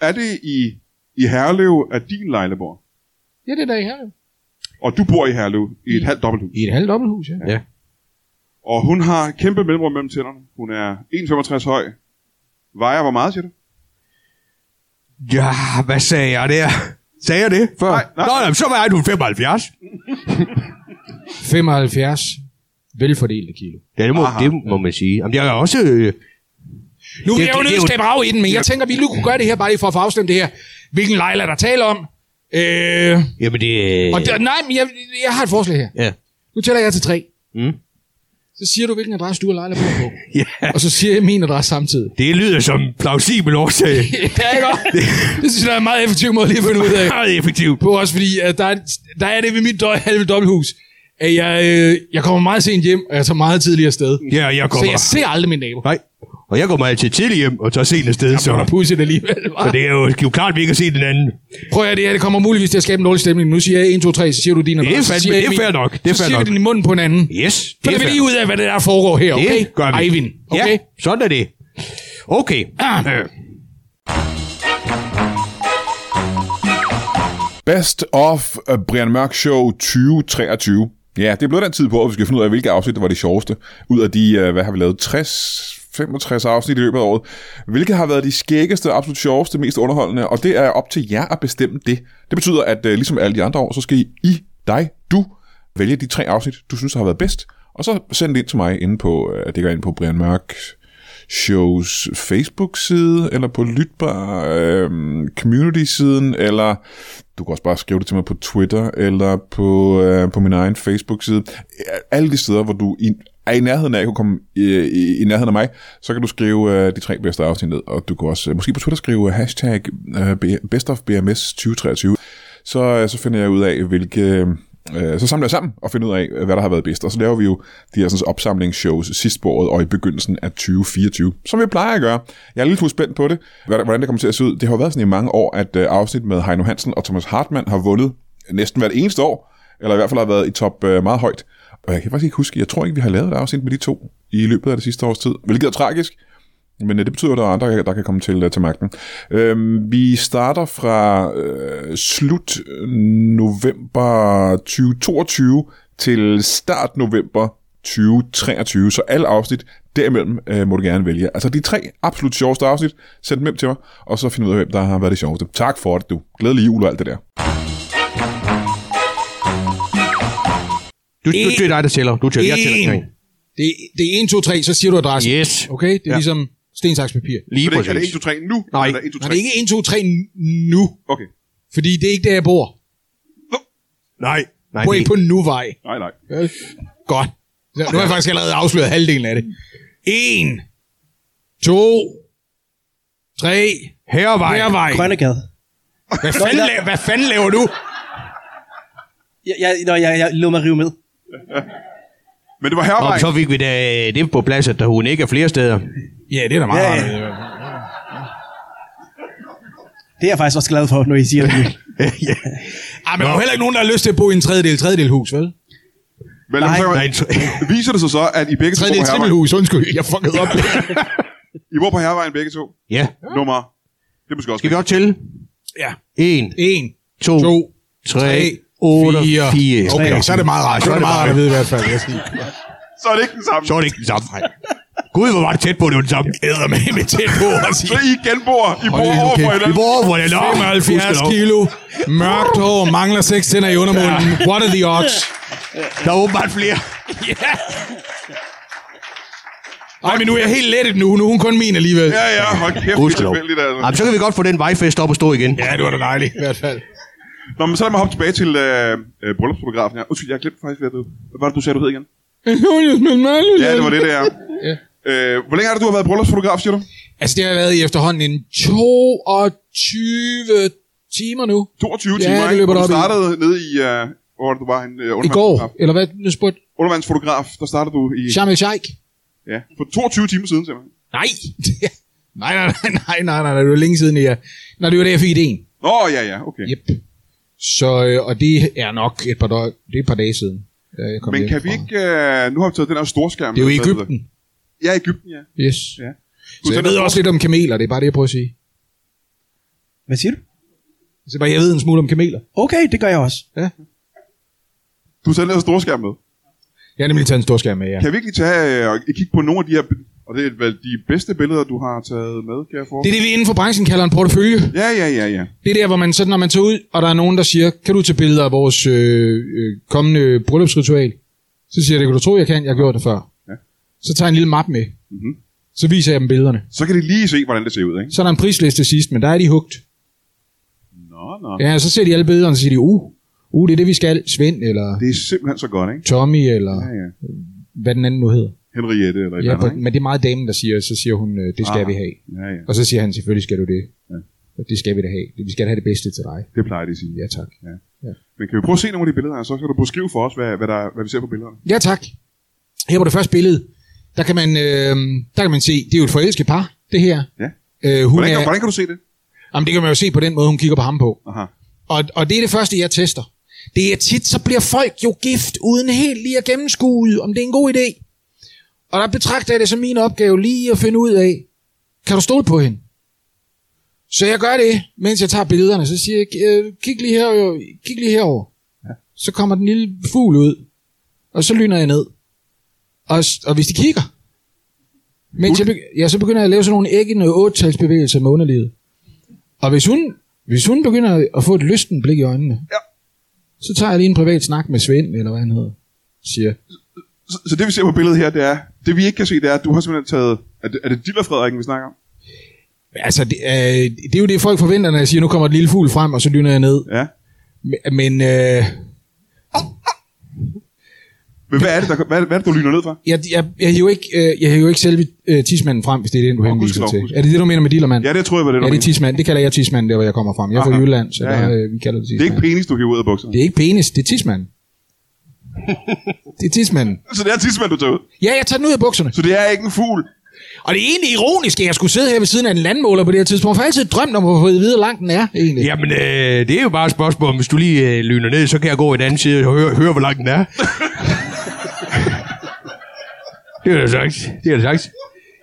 S2: Er det i, i Herlev, at din Leila bor?
S4: Ja, det er da i her.
S2: Og du bor i Herlev, i
S3: Mm.
S2: et halvt dobbelthus.
S4: I et halvt dobbelthus, ja.
S3: Ja.
S2: Og hun har kæmpe mellemrum mellem tænderne. Hun er 1,65 høj. Vejer hvor meget, siger du?
S3: Ja, hvad sagde jeg der? Sagde jeg det før?
S2: Nej, nej.
S3: Nå, jamen, så var jeg nu 75.
S4: 75 velfordelte kilo.
S3: Ja, det må,
S2: Aha.
S3: det må man sige. Jamen, jeg er også... Øh,
S4: Nu vil
S3: Det-
S4: jeg jo
S3: det- det er
S4: nødt
S3: jo-
S4: til at rave i den, men jeg tænker, vi lige kunne gøre det her, bare lige for at få afstemt det her. Hvilken Leila, der taler om. Øh,
S3: jamen, det... Øh,
S4: og der, nej, men jeg, jeg har et forslag her.
S3: Ja.
S4: Nu tæller jeg til tre.
S3: Mm.
S4: Så siger du, hvilken adresse du og Leila bor på.
S3: ja.
S4: og så siger jeg min adresse samtidig.
S3: Det lyder som en plausibel årsag.
S4: ja, ikke også? Det synes jeg er en meget effektiv måde lige at finde ud af.
S3: Meget effektivt.
S4: På også fordi, at der, er, der er det ved mit døj, halve dobbelthus, at jeg, øh, jeg kommer meget sent hjem, og jeg tager meget tidligere afsted.
S3: Ja, jeg
S4: Så
S3: kommer...
S4: jeg ser aldrig min nabo.
S3: Nej. Og jeg kommer altid tidligt hjem og tager sent afsted, så...
S4: Så er pudsigt alligevel. hva'?
S3: Så det er jo, det er jo klart, at vi ikke har set den anden.
S4: Prøv at høre, det her det kommer muligvis til at skabe en dårlig stemning. Nu siger jeg 1, 2, 3, så siger du din
S3: er
S4: adresse. så
S3: fandme-
S4: siger jeg
S3: det er
S4: min.
S3: fair nok, det er
S4: så
S3: fair
S4: siger
S3: nok.
S4: vi den i munden på hinanden.
S3: Yes,
S4: Så
S3: det
S4: er
S3: er
S4: vi
S3: fair.
S4: lige ud af, hvad det er, der foregår her, okay?
S3: Det gør vi.
S4: Eivind, okay?
S3: Ja, sådan er det. Okay. Ah.
S1: Best of øh, Brian Mørk Show 2023. Ja, det er blevet den tid på, at vi skal finde ud af, hvilke afsnit, der var det sjoveste. Ud af de, øh, hvad har vi lavet, 60
S6: 65 afsnit i løbet af året, hvilket har været de skæggeste, absolut sjoveste, mest underholdende, og det er op til jer at bestemme det. Det betyder, at øh, ligesom alle de andre år, så skal I, I dig, du, vælge de tre afsnit, du synes har været bedst, og så send det ind til mig inde på, øh, det gør ind på Brian Mørk shows Facebook-side, eller på Lytbar øh, community-siden, eller du kan også bare skrive det til mig på Twitter, eller på, øh, på min egen Facebook-side. Alle de steder, hvor du i, er i nærheden af, at kunne komme øh, i, i nærheden af mig, så kan du skrive øh, de tre bedste afsnit ned, og du kan også øh, måske på Twitter skrive øh, hashtag øh, B- best of BMS 2023, så, øh, så finder jeg ud af, hvilke... Øh, så samler jeg sammen og finder ud af, hvad der har været bedst. Og så laver vi jo de her sådan, opsamlingsshows sidst på året og i begyndelsen af 2024, som vi plejer at gøre. Jeg er lidt smule spændt på det, hvad der- hvordan det kommer til at se ud. Det har jo været sådan i mange år, at øh, afsnit med Heino Hansen og Thomas Hartmann har vundet næsten hvert eneste år, eller i hvert fald har været i top øh, meget højt. Og jeg kan faktisk ikke huske, jeg tror ikke, vi har lavet et afsnit med de to i løbet af det sidste års tid, hvilket er tragisk. Men øh, det betyder, at der er andre, der kan komme til, øh, til magten. Øhm, vi starter fra øh, slut november 2022 til start november 2023. Så alle afsnit derimellem øh, må du gerne vælge. Altså de tre absolut sjoveste afsnit, send dem hjem til mig, og så find ud af, hvem der har været det sjoveste. Tak for det, du. Glædelig jul og alt det der.
S3: Du, du, det er dig, der tæller. Du tæller. Jeg tæller
S4: En.
S3: ikke.
S4: Det, det er 1, 2, 3, så siger du adressen.
S3: Yes.
S4: Okay, det er ja. ligesom sten, saks, papir.
S3: Lige
S2: Er det, er det 1,
S3: præcis.
S2: 2, 3 nu?
S3: Nej.
S2: Eller 1, 2,
S4: Nej,
S2: 3?
S4: det er ikke 1, 2, 3 nu.
S2: Okay.
S4: Fordi det er ikke der, jeg bor.
S3: Nej. Nej,
S4: Bor
S3: det
S4: I på Nuvej?
S2: Nej, nej.
S4: Øh, Godt. Så Nu har jeg faktisk allerede afsløret halvdelen af det. 1, 2, 3,
S3: Hervej.
S4: Hervej.
S5: Grønnegade.
S4: Hvad fanden, laver, hvad fanden laver du?
S5: Jeg, jeg, nå, jeg, jeg lod mig rive med.
S2: Men det var
S3: Nå,
S2: hervej.
S3: men så fik vi da det på plads, at der hun ikke er flere steder.
S4: Ja, det er da meget
S5: Ja,
S4: rart.
S5: Det er jeg faktisk også glad for, når I siger det.
S4: Ah, men der er jo heller ikke nogen, der har lyst til at bo i en tredjedel tredjedel hus, vel?
S2: Men lad mig
S5: Nej.
S2: så-
S3: Nej, så-
S2: viser det sig så, at I begge to bor
S4: Tredjedel
S2: på hervejen.
S4: trippelhus, undskyld, jeg fuckede op.
S2: I bor på hervejen begge to.
S3: ja.
S2: Nummer. Det er måske også.
S3: Skal vi også tælle?
S4: ja.
S3: 1,
S4: 1,
S3: 2,
S4: 2,
S3: 3, 8,
S4: 4.
S3: 4.
S4: Okay, så er det meget rart. Så er det meget rart at vide i hvert fald. Jeg siger.
S2: Så er det ikke den samme.
S3: Så er det ikke den samme. Gud, hvor var det tæt på, det var den samme. Æder med med tæt på. altså.
S2: Så I genbor. I bor
S4: nu
S2: over for
S4: kæft.
S2: hinanden.
S3: Hvor var det nok?
S4: 75
S3: Gudskelov.
S4: kilo, mørkt hår, mangler 6 tænder i undermunden. What are the odds?
S3: Der er åbenbart flere.
S4: Ej, men nu er jeg helt lettet nu. Nu er hun kun min alligevel.
S2: Ja, ja, hold kæft, det er
S3: Gudskelov.
S2: tilfældigt. Altså.
S3: Jamen, så kan vi godt få den vejfest op og stå igen.
S4: Ja, det var da dejligt. I hvert fald.
S2: Nå, men så lad mig hoppe tilbage til øh, øh, bryllupsfotografen her. Undskyld, jeg har glemt faktisk, hvad du... Hvad var det, du sagde, du hed igen? Ja, det var det, der.
S4: Ja.
S2: øh, hvor længe er det, du har været bryllupsfotograf, siger du?
S4: Altså, det har jeg været i efterhånden en 22 timer nu.
S2: 22
S4: Ja,
S2: timer,
S4: det
S2: ikke?
S4: løber
S2: Og du
S4: der op i.
S2: startede nede i... Øh, hvor var det, du var en øh,
S4: I
S2: undervandsfotograf.
S4: går, eller hvad nu spurgte?
S2: Undervandsfotograf, der startede du i...
S4: Sharm el Sheikh?
S2: Ja, for 22 timer siden, simpelthen.
S4: Nej. nej, nej, nej, nej, nej, nej, det var længe siden, jeg... Nej, det var da, jeg fik idéen.
S2: Nå, ja, ja, okay.
S4: Yep. Så, øh, og det er nok et par, døg, det er et par dage siden. øh, Jeg kom
S2: Men
S4: hjem
S2: kan vi
S4: fra.
S2: ikke... Øh, nu har vi taget den her storskærm.
S4: Det er jo i
S2: med.
S4: Ægypten.
S2: Ja, Ægypten, ja.
S4: Yes.
S2: Ja.
S4: Så jeg ved også lidt om kameler, det er bare det, jeg prøver at sige.
S5: Hvad siger du?
S4: Så bare, jeg ved en smule om kameler.
S5: Okay, det gør jeg også.
S2: Du tager den her storskærm med.
S4: Jeg har nemlig taget en stor skærm med, ja.
S2: Kan vi ikke lige tage øh, og kigge på nogle af de her... Og det er vel de bedste billeder, du har taget med, kan jeg få?
S4: Det er det, vi inden for branchen kalder en portefølje.
S2: Ja, ja, ja, ja.
S4: Det er der, hvor man så, når man tager ud, og der er nogen, der siger, kan du tage billeder af vores øh, øh, kommende bryllupsritual? Så siger jeg, det kan du tro, jeg kan, jeg har gjort det før.
S2: Ja.
S4: Ja. Så tager jeg en lille map med.
S2: Mhm.
S4: Mm-hmm. Så viser jeg dem billederne.
S2: Så kan de lige se, hvordan det ser ud, ikke?
S4: Så er der en prisliste sidst, men der er de hugt.
S2: Nå, nå.
S4: Ja, så ser de alle billederne og siger de, uh, uh, det er det, vi skal. Svend, eller
S2: Det er simpelthen så godt, ikke?
S4: Tommy, eller
S2: Ja, ja.
S4: hvad den anden nu hedder.
S2: Henriette eller et
S4: Ja,
S2: eller andet,
S4: men det er meget damen, der siger, så siger hun, øh, det
S2: Ah.
S4: skal ah. vi have.
S2: ikke? Ja, ja.
S4: Og så siger han, selvfølgelig skal du det.
S2: Ja.
S4: Ja. Det skal vi da have. Vi skal da have det bedste til dig.
S2: Det plejer de at sige.
S4: Ja, tak.
S2: Men kan vi prøve at se nogle af de billeder her, så kan du beskrive for os, hvad, hvad, der, hvad vi ser på billederne.
S4: Ja, tak. Her på det første billede, der kan man, øh, der kan man se, det er jo et forelsket par, det her.
S2: Ja.
S4: Øh, hun
S2: Hvordan,
S4: er,
S2: kan, hvordan kan du se det?
S4: Jamen, det kan man jo se på den måde, hun kigger på ham på.
S2: Aha.
S4: Og, og det er det første, jeg tester. Det er tit, så bliver folk jo gift, uden helt lige at gennemskue, om det er en god idé. Og der betragter jeg det som min opgave lige at finde ud af, kan du stole på hende? Så jeg gør det, mens jeg tager billederne, så siger jeg, "Øh, kig lige, her, kig lige herover. Ja. Så kommer den lille fugl ud, og så lyner jeg ned. Og, s- og hvis de kigger, Men så, begy- ja, så begynder jeg at lave sådan nogle æggende otte-talsbevægelser med underlivet. Og hvis hun, hvis hun begynder at få et lysten blik i øjnene, ja. så tager jeg lige en privat snak med Svend, eller hvad han hedder, siger.
S2: Så, så det vi ser på billedet her, det er, det vi ikke kan se, det er, at du har simpelthen taget, er det, er det Diller Frederikken, vi snakker om?
S4: Altså, det, øh, det er jo det, folk forventer, når jeg siger, nu kommer et lille fugl frem, og så dyner jeg ned.
S2: Ja.
S4: Men- Men øh,
S2: Men hvad er det, der, hvad, er det- hvad er det, du lyner ned fra?
S4: jeg, jeg, jeg, hiver ikke, øh, jeg hiver ikke selve øh, tismanden frem, hvis det er den, du henviser
S2: gudskelov,
S4: til.
S2: gudskelov.
S4: Er det det, du mener med dealermand?
S2: Ja, det tror jeg var det, du
S4: Ja, det er
S2: mente.
S4: tismand. Det kalder jeg tismand, der hvor jeg kommer fra. Jeg er fra
S2: Aha.
S4: Jylland, så
S2: Ja,
S4: ja, ja.
S2: ja.
S4: Der, øh, vi kalder det tismand.
S2: Det er ikke penis, du hiver ud af bukserne.
S4: det er ikke penis, det er tismand. det er tismanden.
S2: Så det er tidsmand, du tager ud.
S4: Ja, jeg tager den ud af bukserne.
S2: Så det er ikke en fugl.
S4: Og det er egentlig ironisk, at jeg skulle sidde her ved siden af en landmåler på det her tidspunkt, for jeg har altid drømt om at få at vide, hvor lang den er, egentlig. Ja.
S3: Jamen, øh, det er jo bare et spørgsmål. Hvis du lige øh, lyner ned, så kan jeg gå i den anden side og høre, høre hvor lang den er. det er da sagt. Det er da sagt.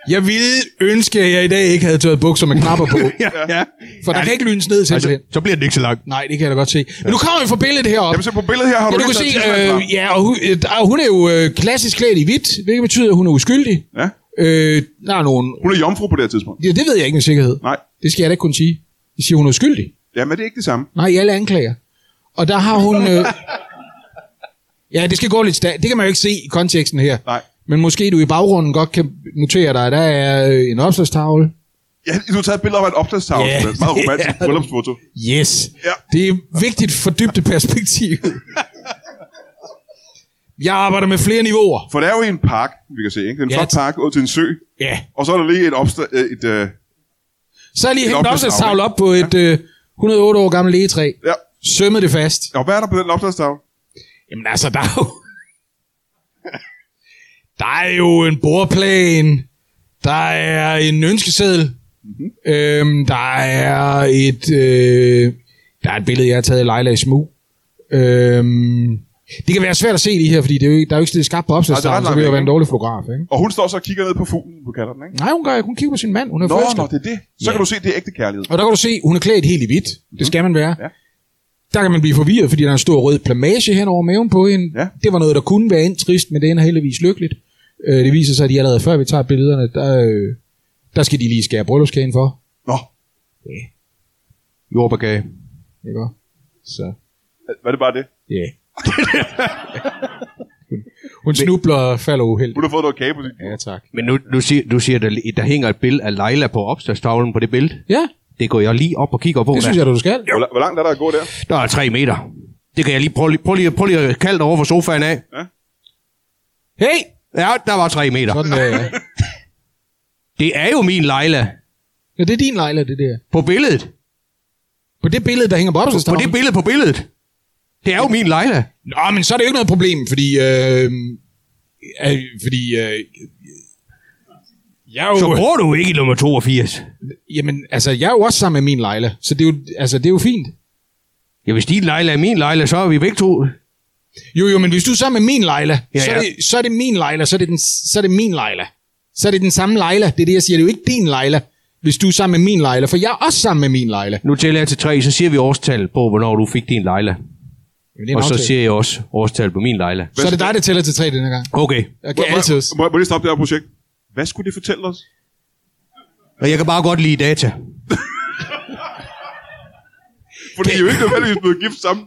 S4: Jeg ville ønske, at jeg i dag ikke havde taget bukser med knapper på,
S3: Ja, ja.
S4: for der kan ikke lynes ned til
S3: Altså,
S4: altså...
S3: så bliver den ikke så lang.
S4: Nej, det kan jeg da godt se. Men nu kommer vi fra billedet heroppe.
S2: Jamen, så på billedet her har
S4: Ja,
S2: du
S4: du kan
S2: ikke
S4: se,
S2: taget tidsmand fra.
S4: øh, ja, og hun, øh, der- hun er jo øh, klassisk klædt i hvidt, hvilket betyder, at hun er uskyldig.
S2: Ja.
S4: Øh, der er nogen...
S2: Hun er jomfru på det her tidspunkt.
S4: Ja, det ved jeg ikke med sikkerhed.
S2: Nej.
S4: Det skal jeg da ikke kunne sige. Jeg siger, hun er uskyldig.
S2: Ja, men det er ikke det samme.
S4: Nej, i alle anklager. Og der har hun... Øh... Ja, det skal gå lidt stærkt. Det kan man jo ikke se i konteksten her.
S2: Nej.
S4: Men måske du i baggrunden godt kan notere dig, at der er øh, en opslagstavle.
S2: Ja, du har taget et billede af en opslagstavle.
S4: Ja.
S2: Yeah. Meget romantisk
S4: Ja.
S2: bryllupsfoto.
S4: Yes.
S2: Ja.
S4: Det er vigtigt for dybde perspektiv. Jeg arbejder med flere niveauer.
S2: For det er jo i en park, vi kan se, ikke? Det er en
S4: Ja.
S2: flot park ud til en sø.
S4: Ja.
S2: Og så er der lige et opslag... Et, øh,
S4: Så er lige
S2: En
S4: hængt en
S2: opslagstavle.
S4: opslagstavle op på et øh, 108 år gammelt egetræ.
S2: ja.
S4: Sømmet det fast.
S2: Og hvad er der på den opslagstavle?
S4: Jamen altså, der er jo... der er jo en bordplan. Der er en ønskeseddel.
S2: Mhm.
S4: Mm-hmm. Øhm, der er et... Øh, der er et billede, jeg har taget af Leila i smug. Øhm, det kan være svært at se lige her, fordi det er jo, ikke- der er jo ikke stillet skarpt på
S2: Nej, det er ret
S4: opslagsstavlen, så
S2: langt
S4: vil jeg
S2: væk,
S4: være en dårlig fotograf, ikke?
S2: Og hun står så og kigger ned på fuglen, du kalder den, ikke?
S4: Nej, hun gør ikke. Hun kigger på sin mand. Hun er
S2: Nå,
S4: forelsket.
S2: nå, det er det. Så kan du se, det er ægte kærlighed.
S4: Og der kan du se, hun er klædt helt i hvidt. Det skal man være.
S2: Ja.
S4: Ja. Der kan man blive forvirret, fordi der er en stor rød plamage hen over maven på hende.
S2: Ja.
S4: Det var noget, der kunne være endt trist, men det ender heldigvis lykkeligt. Øh, det viser sig, at de allerede før vi tager billederne, der, øh, der skal de lige skære bryllupskagen for.
S2: Nå,
S3: Jordbærkage.
S4: Ikke? også? Så,
S2: var det bare det?
S4: ja. Yeah. hun snubler og falder uheldigt.
S2: Hun har fået noget kage på sin...
S4: Ja, tak.
S3: Men nu, nu siger, du siger, der, der hænger et billede af Leila på opslagstavlen på det billede.
S4: Ja,
S3: Det går jeg lige op og kigger på.
S4: det synes jeg, du skal.
S2: Hvor, la- hvor langt er der at gå der?
S3: Der er tre meter. Det kan jeg lige prøve, lige- prøv lige, prøv lige at kalde dig over for sofaen af.
S4: Hey!
S3: Ja, der var tre meter.
S4: Sådan der, ja.
S3: Det er jo min Leila
S4: ja. det er din Leila, det der.
S3: på billedet.
S4: På det billede, der hænger på
S3: På det
S4: opslagstavlen.
S3: billede på billedet. Det er jo min Leila.
S4: Nå, men så er det jo ikke noget problem, fordi... Øh, øh, fordi... Øh, jeg er jo,
S3: Så bruger du ikke nummer 82.
S4: jamen, altså, jeg er jo også sammen med min Leila, så det er jo, altså, det er jo fint.
S3: Ja, hvis din Leila er min Leila, så er vi begge to.
S4: Jo, jo, men hvis du er sammen med min Leila, ja,
S3: Ja,
S4: så, er
S3: ja.
S4: det, så er det min Leila, så er det, den, så er det min Leila. Så er det den samme Leila, det er det, jeg siger, det er jo ikke din Leila, hvis du er sammen med min Leila, for jeg er også sammen med min Leila.
S3: Nu tæller jeg til tre, så siger vi årstal på, hvornår du fik din Leila.
S4: Jamen, det er en
S3: Og så
S4: aftale.
S3: siger jeg også årstal på min Leila.
S4: så er det dig, der tæller til tre denne gang.
S3: Okay.
S4: Jeg
S2: Må,
S4: kan altid også.
S2: må, må, må lige stoppe det her projekt? Hvad skulle det fortælle os?
S3: Og jeg kan bare godt lide data.
S2: For det er jo ikke nødvendigvis blevet gift sammen.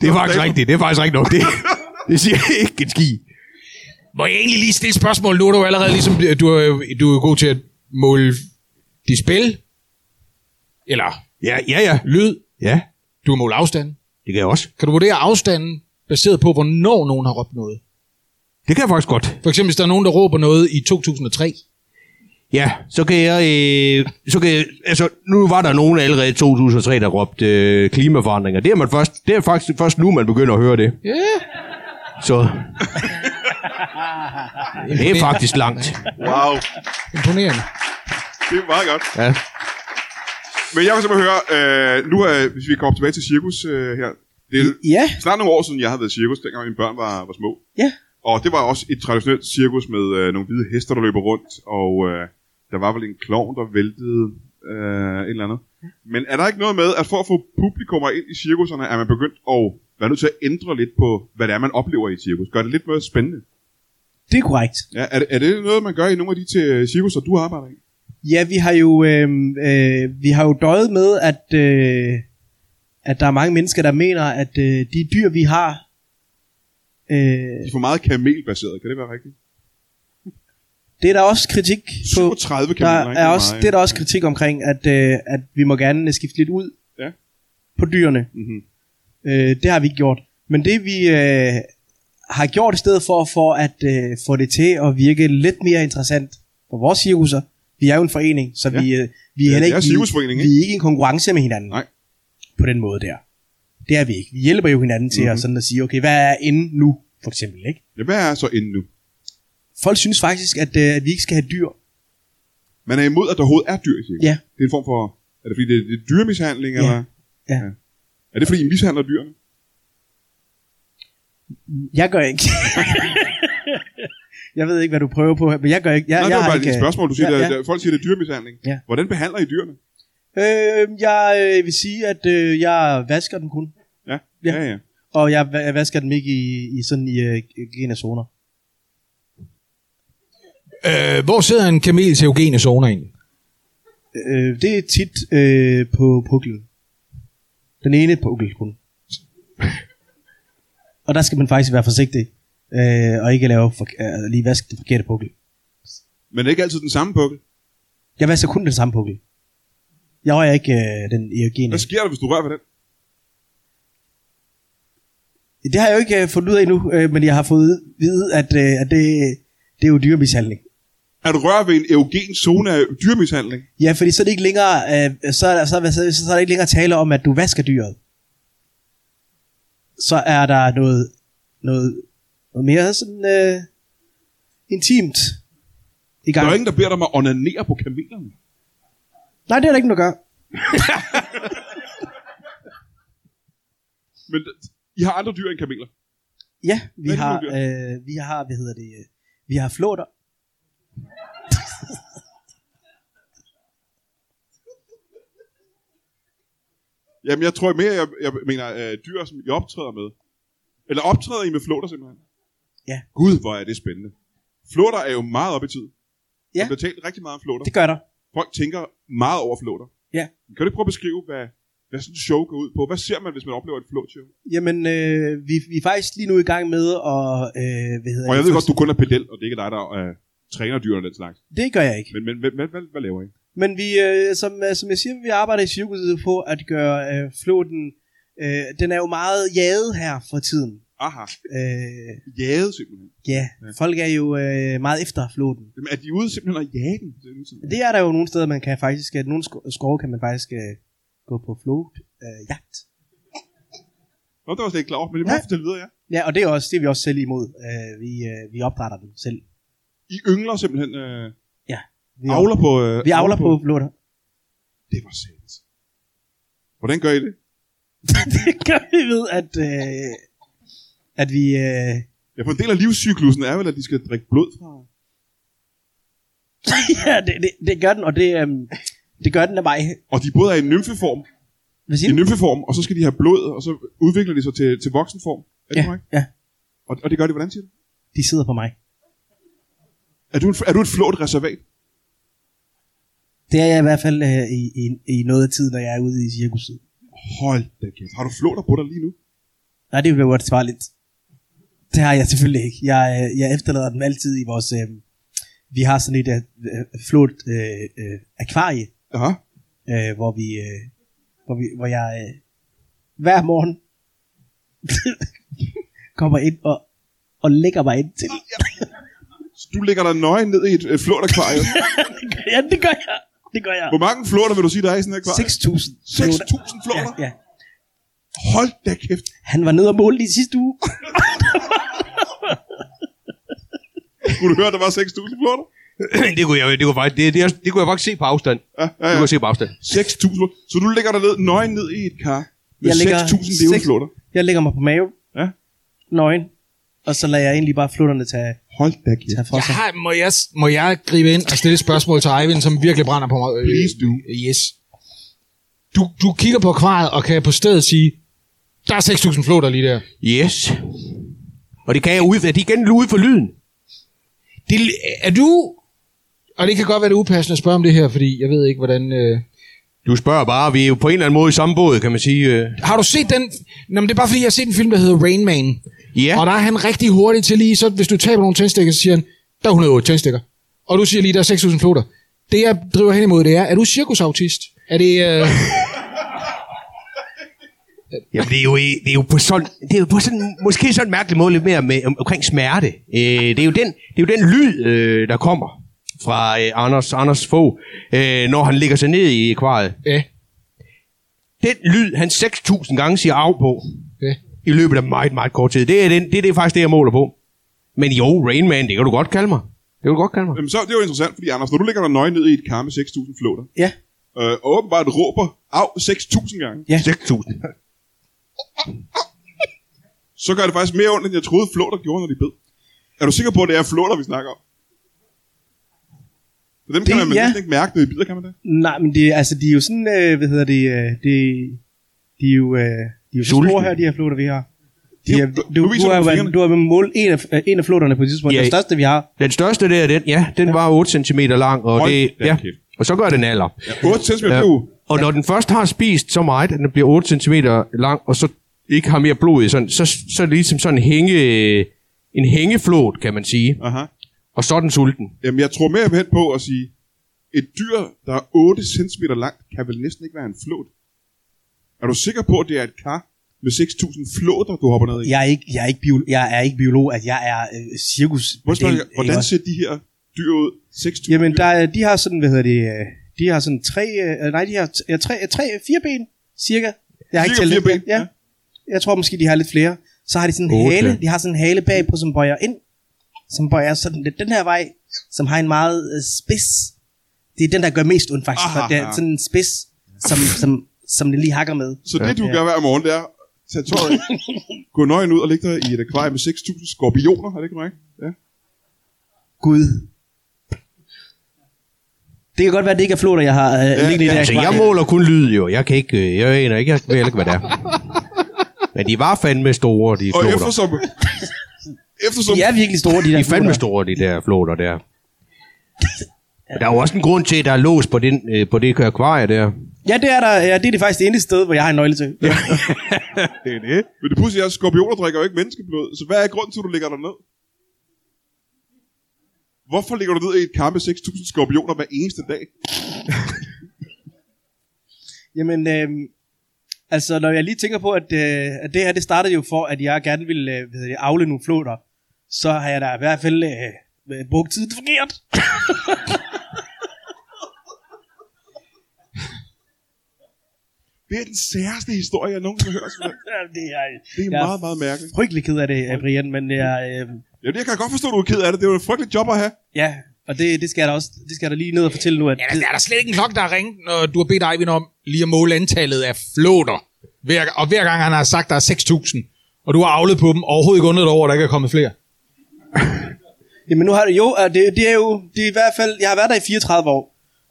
S3: Det er faktisk rigtigt. Det er faktisk rigtigt nok. Det, det siger ikke en ski.
S4: Må jeg egentlig lige stille et spørgsmål? Nu er du jo allerede ligesom, du er, du er jo god til at måle dit spil, eller
S3: Ja, ja, ja.
S4: lyd,
S3: Ja,
S4: du kan måle afstanden.
S3: det kan jeg også.
S4: Kan du vurdere afstanden baseret på, hvornår nogen har råbt noget?
S3: Det kan jeg faktisk godt.
S4: For eksempel, hvis der er nogen, der råber noget i 2003.
S3: Ja, så kan jeg... Øh, så kan jeg altså, nu var der nogen allerede i 2003, der råbte øh, klimaforandringer. Det er, man først, det er faktisk først nu, man begynder at høre det.
S4: Ja. Yeah.
S3: Så... det er faktisk langt.
S2: Wow,
S4: Imponerende.
S2: det er meget godt.
S3: Ja.
S2: Men jeg vil simpelthen høre, øh, nu øh, hvis vi kommer tilbage til cirkus øh, her. Det er
S5: Ja,
S2: snart nogle år siden, jeg havde været i cirkus, dengang mine børn var, var små.
S5: ja.
S2: Og det var også et traditionelt cirkus med øh, nogle hvide heste, der løber rundt, og øh, der var vel en klovn, der væltede øh, et eller andet. Men er der ikke noget med, at for at få publikummer ind i cirkuserne, er man begyndt at være nødt til at ændre lidt på, hvad det er, man oplever i et cirkus? Gør det lidt mere spændende?
S5: Det er korrekt.
S2: Ja, er, det- er det noget, man gør i nogle af de til cirkus, du arbejder i?
S5: Ja, vi har jo, øh, øh, vi har jo døjet med, at, øh, at der er mange mennesker, der mener, at øh, de dyr, vi har... Øh,
S2: De er for meget kamelbaseret, kan det være rigtigt?
S5: det er der også kritik på.
S2: 37 kameler,
S5: Der er også, det er der også kritik omkring, at, øh, at vi må gerne skifte lidt ud
S2: Ja.
S5: på dyrene.
S2: Mm-hmm.
S5: Øh, det har vi ikke gjort. Men det vi øh, har gjort i stedet for, for at øh, få det til at virke lidt mere interessant for vores cirkuser, vi er jo en forening, så
S2: Ja.
S5: ja. vi, øh, vi er
S2: Ja,
S5: heller
S2: det er
S5: ikke,
S2: cirkusforening,
S5: vi,
S2: ikke?
S5: vi er ikke i en konkurrence med hinanden.
S2: Nej.
S5: På den måde der. Det er vi ikke. Vi hjælper jo hinanden til
S2: Mhm.
S5: mm-hmm. at, sådan at sige, okay, hvad er inde nu, for eksempel, ikke?
S2: Ja, hvad er så inden nu?
S5: Folk synes faktisk, at, øh, at vi ikke skal have dyr.
S2: Man er imod, at der overhovedet er dyr i cirkus.
S5: Ja.
S2: Det er en form for... Er det fordi, det er, det er dyremishandling,
S5: Ja.
S2: eller?
S5: Ja.
S2: Er det fordi, I mishandler dyrene?
S5: Jeg gør ikke. jeg ved ikke, hvad du prøver på her, men jeg gør ikke. Jeg,
S2: Nej,
S5: jeg
S2: det var
S5: har
S2: bare
S5: ikke,
S2: et
S5: øh,
S2: spørgsmål. Du siger,
S5: ja,
S2: ja,
S5: ja.
S2: Der, der, folk siger, det er dyremishandling.
S5: Ja.
S2: Hvordan behandler I dyrene?
S5: Øh, jeg øh, vil sige, at øh, jeg vasker den kun.
S2: Ja, ja,
S5: Ja.
S2: ja. ja.
S5: Og jeg va- jeg vasker dem ikke i, i sådan i øh, gene zoner.
S4: Øh, hvor sidder en kamel til eugene zoner egentlig?
S5: Øh, det er tit øh, på puklen. Den ene pukkel kun. og der skal man faktisk være forsigtig. Øh, og ikke lave for, øh, lige vaske den forkerte pukkel.
S2: Men det er ikke altid den samme pukkel.
S5: Jeg vasker kun den samme pukkel. Jeg rører ikke øh, den erogene.
S2: Hvad sker der, hvis du rører ved den?
S5: Det har jeg jo ikke øh, fundet ud af endnu, øh, men jeg har fået at vide, at, øh, at det, det er jo dyremishandling.
S2: At røre ved en eugen zone af dyremishandling?
S5: Ja, fordi så er det ikke længere, øh, så, er der, så, er- så, så er der ikke længere tale om, at du vasker dyret. Så er der noget, noget, noget mere sådan øh, intimt i
S2: Der
S5: gang.
S2: er jo ingen, der beder dig om at onanere på kamelerne.
S5: Nej, det er der ikke noget at gøre.
S2: Men I har andre dyr end kameler.
S5: Ja, vi
S2: Hvad er det
S5: har,
S2: for
S5: øh, vi har, hvad hedder det, øh, vi har flåter.
S2: Jamen, jeg tror mere, jeg, jeg mener øh, dyr, som I optræder med. Eller optræder I med flåter simpelthen?
S5: Ja.
S2: Gud, hvor er det spændende. Flåter er jo meget op i tid.
S5: Ja.
S2: Der bliver talt rigtig meget om flåter.
S5: Det gør der.
S2: Folk tænker meget over flåter.
S5: Ja.
S2: Kan du ikke prøve at beskrive, hvad, hvad sådan et show går ud på? Hvad ser man, hvis man oplever et flåtshow?
S5: Jamen, øh, vi, vi er faktisk lige nu i gang med at, øh, hvad hedder
S2: Og jeg
S5: det,
S2: ved godt, du kun er pedel, og det er ikke dig, der øh, træner dyr og den slags.
S5: Det gør jeg ikke.
S2: Men, men hvad, hvad, hvad, hvad laver I?
S5: Men vi, øh, som, øh, som jeg siger, vi arbejder i cirkuset på at gøre øh, flåten, øh, den er jo meget jaget her for tiden.
S2: Aha,
S5: Øh,
S2: jade simpelthen.
S5: ja, folk er jo øh, meget efter flåten.
S2: Jamen, er de ude simpelthen og jage den? Det er nu sådan-
S5: Det er der jo nogle steder, man kan faktisk, øh, nogle sko- skove kan man faktisk øh, gå på flåt, øh, jagt.
S2: Nå, det var jeg slet ikke klar over, men det må
S5: Ja.
S2: jeg fortælle videre, ja.
S5: Ja, og det er, også, det er vi også selv imod. Øh, vi, øh, vi opdrætter dem selv.
S2: I yngler simpelthen... Øh,
S5: Vi,
S2: Avler på... Øh,
S5: vi avler på flåter.
S2: Det var sandt. Hvordan gør I det?
S5: det gør vi ved, at, øh, at vi... Øh,
S2: Ja, for en del af livscyklusen er vel, at de skal drikke blod fra.
S5: ja, det, det, det, gør den, og det, øh, det gør den af mig.
S2: Og de både er i nymfeform,
S5: Hvad siger
S2: i
S5: du?
S2: nymfeform, og så skal de have blod, og så udvikler de sig til, til voksenform. Er det
S5: Ja,
S2: korrekt?
S5: ja.
S2: Og, og det gør de, hvordan siger du?
S5: De sidder på mig.
S2: Er du, en, er du et flot reservat?
S5: Det er jeg i hvert fald øh, i, i, i noget af tid, når jeg er ude i cirkuset.
S2: Hold da kæft. Har du flåter på dig lige nu?
S5: Nej, det bliver uansvarligt. Det har jeg selvfølgelig ikke. Jeg, øh, jeg efterlader dem altid i vores... Øh, vi har sådan et øh, flot øh, øh, akvarie,
S2: Ja.
S5: øh, hvor vi... Øh, hvor, vi, hvor jeg øh, hver morgen kommer ind og, og lægger mig ind til.
S2: Så du ligger der nøgen ned i et, et flot akvarium.
S5: Ja, det gør jeg. Det gør jeg.
S2: Hvor mange flåter vil du sige, der er i sådan et akvarium?
S5: 6.000.
S2: 6.000
S5: Ja,
S2: flåter?
S5: ja.
S2: Hold da kæft.
S5: Han var nede og målte i sidste uge.
S2: Kunne du høre, at der var 6.000 flåter?
S3: det, kunne jeg, det, kunne faktisk, det, det, det kunne jeg faktisk se på afstand.
S2: Ja, ja,
S3: Det
S2: ja.
S3: kunne jeg se på afstand.
S2: 6.000. Så du ligger der ned, nøgen ned i et kar med
S5: Jeg ligger
S2: 6.000
S5: seks-
S2: levende flåter.
S5: Jeg lægger mig på mave.
S2: Ja.
S5: Nøgen. Og så lader jeg egentlig bare flutterne tage,
S2: Hold da kæft.
S5: tage for sig.
S4: Ja, må, jeg, må jeg gribe ind og stille et spørgsmål til Eivind, som virkelig brænder på mig? Øh,
S2: Please do.
S4: Yes. Du, du kigger på akvariet og kan på stedet sige, der er 6.000 flåter lige der.
S3: Yes. Og det kan jeg ud, er de igen ude for lyden.
S4: Det, er du... Og det kan godt være, det er upassende at spørge om det her, fordi jeg ved ikke, hvordan... Øh,
S3: Du spørger bare, vi er jo på en eller anden måde i samme båd, kan man sige. øh.
S4: Har du set den? Nå, men det er bare fordi, jeg har set en film, der hedder Rain Man.
S3: Ja.
S4: Og der er han rigtig hurtig til lige, så hvis du taber nogle tændstikker, så siger han, der er 108 tændstikker. Og du siger lige, der er 6.000 flotter. Det, jeg driver hen imod, det er, er du cirkusautist? Er det... Øh...
S3: Jamen, det er jo, i- det er jo på sådan, det er jo på sådan, måske sådan en mærkelig måde lidt mere med, om, omkring smerte. Øh, det, er jo den, det er jo den lyd, øh, der kommer fra øh, Anders, Anders Fogh, øh, når han ligger sig ned i akvariet.
S4: Ja,
S3: Den lyd, han 6.000 gange siger af på,
S4: ja.
S3: i løbet af meget, meget kort tid. Det er, den, det, er det er faktisk det, jeg måler på. Men jo, Rain Man, det kan du godt kalde mig. Det kan du godt kalde mig.
S2: Jamen, så er det jo interessant, fordi Anders, når du ligger der nøgen ned i et kar med 6.000 flotter,
S5: Ja,
S2: øh, og åbenbart råber af 6.000 gange,
S5: ja.
S3: 6.000.
S2: så gør det faktisk mere ondt, end jeg troede, flåter gjorde, når de bed. Er du sikker på, at det er flåter, vi snakker om? For dem det, kan
S5: Det-
S2: man ja.
S5: ja.
S2: næsten ikke mærke, når de bider, kan man det?
S5: Nej, men det, altså, de er jo sådan, øh, hvad hedder det, øh, det, de er jo, øh, de er jo så
S3: Sultne.
S5: store her, de her flotter, vi har. De
S2: Jo,
S5: er,
S2: du-
S5: du,
S2: du
S5: du,
S2: viser
S5: du, har,
S2: dem på
S5: været-
S2: fingrene.
S5: du har målt en af, øh, en af flotterne på et tidspunkt,
S3: Ja,
S5: den
S3: i-
S5: største, vi har.
S3: Den største der, den, ja, den var 8 cm lang, og,
S2: Hold
S3: det,
S2: da
S3: ja,
S2: kæft.
S3: og så gør den alder.
S2: 8 cm ja. blod.
S3: Og når den først har spist så meget, at den bliver 8 cm lang, og så ikke har mere blod i, sådan, så, så er det ligesom sådan en, hænge, en hængeflåt, kan man sige.
S2: Aha.
S3: Og så er den sulten.
S2: Jamen, jeg tror mere hen på at sige, et dyr, der er 8 cm langt, kan vel næsten ikke være en flåt. Er du sikker på, at det er et kar med 6.000 flåter, du hopper ned i?
S5: Jeg er ikke, jeg er ikke, bio, jeg er ikke biolog, at jeg er øh, cirkus.
S2: Prøv at spørge,
S5: det-
S2: hvordan
S5: ikke?
S2: ser de her dyr ud? 6.000
S5: Jamen, der,
S2: dyr.
S5: er- de har sådan, hvad hedder det, øh, de har sådan tre, øh, nej, de har t- ja, tre, tre, fire ben, cirka. Jeg har ikke
S2: Cirka
S5: talt
S2: fire
S5: efter.
S2: ben, ja.
S5: Ja. Jeg tror måske, de har lidt flere. Så har de sådan en
S3: Otte.
S5: hale, de har sådan en hale bagpå, som bøjer ind, som bøjer sådan lidt den her vej, som har en meget øh, spids. Det er den, der gør mest ondt faktisk,
S2: Aha.
S5: for det er sådan en spids, som, som, som det lige hakker med.
S2: Så det, du
S5: Ja.
S2: gør hver morgen, det er, tage tøjet, gå nøgen ud og ligge dig i et akvarie med 6.000 skorpioner, er det ikke korrekt? Ja.
S5: Gud. Det kan godt være, at det ikke er flotter, jeg har øh, liggende i det
S3: Altså,
S5: her
S3: jeg
S5: akvarie.
S3: måler kun lyd, jo. Jeg kan ikke, øh, jeg aner ikke, jeg ved heller ikke, hvad det er. Men de var fandme store, de
S2: Og
S3: flåter.
S2: eftersom... eftersom
S5: De er virkelig store, de der
S3: De er fandme
S5: flotter.
S3: store, de der flåter der. Men der er jo også en grund til, at der er lås på, den, øh, på det akvarie der.
S5: Ja, det er der. Ja, det er det faktisk det eneste sted, hvor jeg har en nøgle til. Ja.
S2: Det er det. Men det pudsige er, at skorpioner drikker jo ikke menneskeblod, så hvad er grunden til, at du ligger derned? Hvorfor ligger du ned i et kar med 6.000 skorpioner hver eneste dag?
S5: Jamen, øh, altså, når jeg lige tænker på, at, øh, at det her, det startede jo for, at jeg gerne ville øh, hvad hedder det, afle nogle floter, så har jeg da i hvert fald øh, øh, brugt tiden forkert.
S2: Det er den særste historie, jeg nogensinde har hørt. Svend.
S5: Ja, det er,
S2: Det er
S5: jeg
S2: meget, meget mærkeligt.
S5: er frygtelig ked af det, øh, Brian, men jeg, øh,
S2: Ja, det jeg kan jeg godt forstå, at du er ked af det. Det er jo et frygteligt job at have.
S5: ja, og det, det skal jeg da også, det skal jeg da lige ned og fortælle nu, at
S4: Ja, der er der slet ikke en klokke, der har ringet, når du har bedt Eivind om lige at måle antallet af flåter. Hver, og hver gang han har sagt, der er 6.000, og du har aflet på dem, overhovedet ikke undret over, at der ikke er kommet flere.
S5: Jamen nu har det jo, og det, det er jo, det er i hvert fald, jeg har været der i 34 år,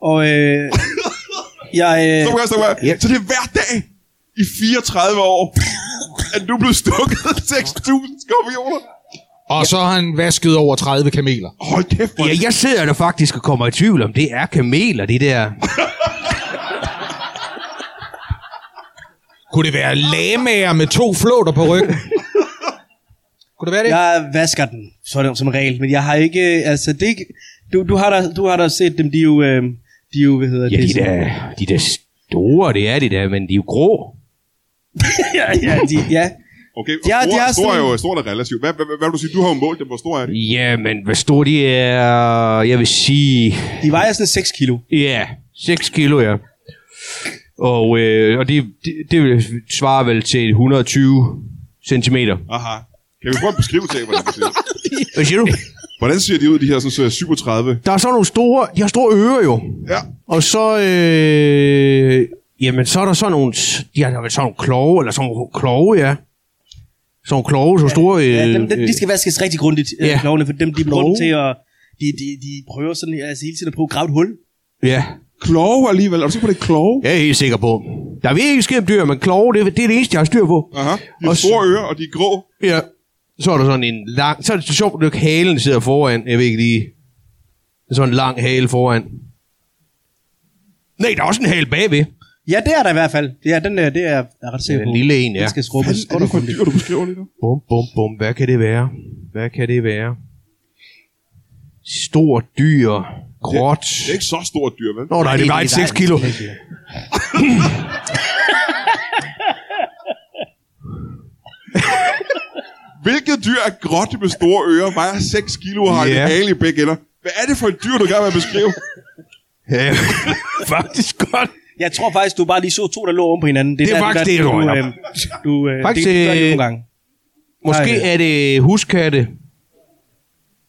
S5: og øh, jeg,
S2: Stop, stop,
S5: øh,
S2: stop. Så det er hver dag i 34 år, at du blev stukket af 6.000 skorpioner.
S4: Og ja. så har han vasket over 30 kameler.
S2: Hold kæft, hvor
S3: Ja, jeg sidder der faktisk og kommer i tvivl om, det er kameler, de der.
S4: Kunne det være lamager med to flåter på ryggen? Kunne det være det?
S5: jeg vasker den, sådan som regel, men jeg har ikke, øh, altså det er ikke, du, du har da, du har da set dem, de er jo, øh, de er jo, hvad hedder
S3: Ja,
S5: det?
S3: de der, de der store, det er de der, men de er jo grå.
S5: ja, ja, de, ja,
S2: Okay, og
S5: Ja,
S2: store,
S5: det er
S2: er store er
S5: sådan-
S2: jo stort og relativt. Hvad, hvad, hvad, hvad vil du sige? Du har jo målt dem. Hvor store er de?
S3: Ja, men hvor store de er, jeg vil sige,
S5: de vejer sådan 6 kilo.
S3: ja, 6 kilo, ja. Og, øh, og det, det, det vil- svarer vel til 120 centimeter.
S2: Aha. Kan vi få en beskrivelse af, hvordan de ser ud?
S3: Hvad siger du?
S2: Hvordan ser de ud, de her sådan, så 37?
S3: Der er sådan nogle store, de har store ører jo.
S2: Ja.
S3: Og så, øh, jamen, så er der sådan nogle, s- de har der er vel sådan nogle kloge, eller sådan nogle kloge, ja. Sådan nogle kloge, så store... Øh,
S5: Ja, dem,
S3: øh,
S5: de, de skal vaskes rigtig grundigt,
S3: Ja.
S5: ja. klovene, for dem, de er
S3: Kloge.
S5: brugt til at, de, de, de prøver sådan, altså hele tiden at prøve at grave et hul.
S3: øh, ja.
S2: Kloge alligevel. Er du sikker på, det er kloge?
S3: Jeg er helt sikker på. Der er virkelig ikke skidt om dyr, men kloge, det, det er det eneste, jeg har styr på.
S2: Aha. De har
S3: Og
S2: store ører, og de er grå.
S3: Ja. så er der sådan en lang... Så er det så sjovt, at halen sidder foran. Jeg ved ikke lige... Sådan en lang hale foran. Nej, der er også en hale bagved.
S5: Ja, det er der i hvert fald. Ja, den, øh, det er jeg ret sikker
S3: Den
S5: på.
S3: lille en, ja.
S5: Den skal skrubbes.
S6: Er det for dyr, du beskriver lige nu?
S3: Bum, bum, bum. Hvad kan det være? Hvad kan det være? Stort dyr. Gråt.
S2: Det er ikke så stort dyr, vel?
S3: Nå nej, det vejer 6 kilo.
S2: Hvilket dyr er gråt med store ører, vejer 6 kilo og har
S3: Ja.
S2: en hale i begge ender? Hvad er det for et dyr, du gerne vil beskrive?
S3: Ja, faktisk godt.
S5: Jeg tror faktisk, du bare lige så to, der lå oven på hinanden.
S3: Det er
S5: der,
S3: faktisk
S5: der,
S3: det,
S5: du,
S3: tror jeg.
S5: øhm, du, øh,
S3: Faktisk,
S5: faktisk, det, det gør
S3: øh,
S5: det nogle gange.
S3: Måske
S5: Nej.
S3: er det huskatte.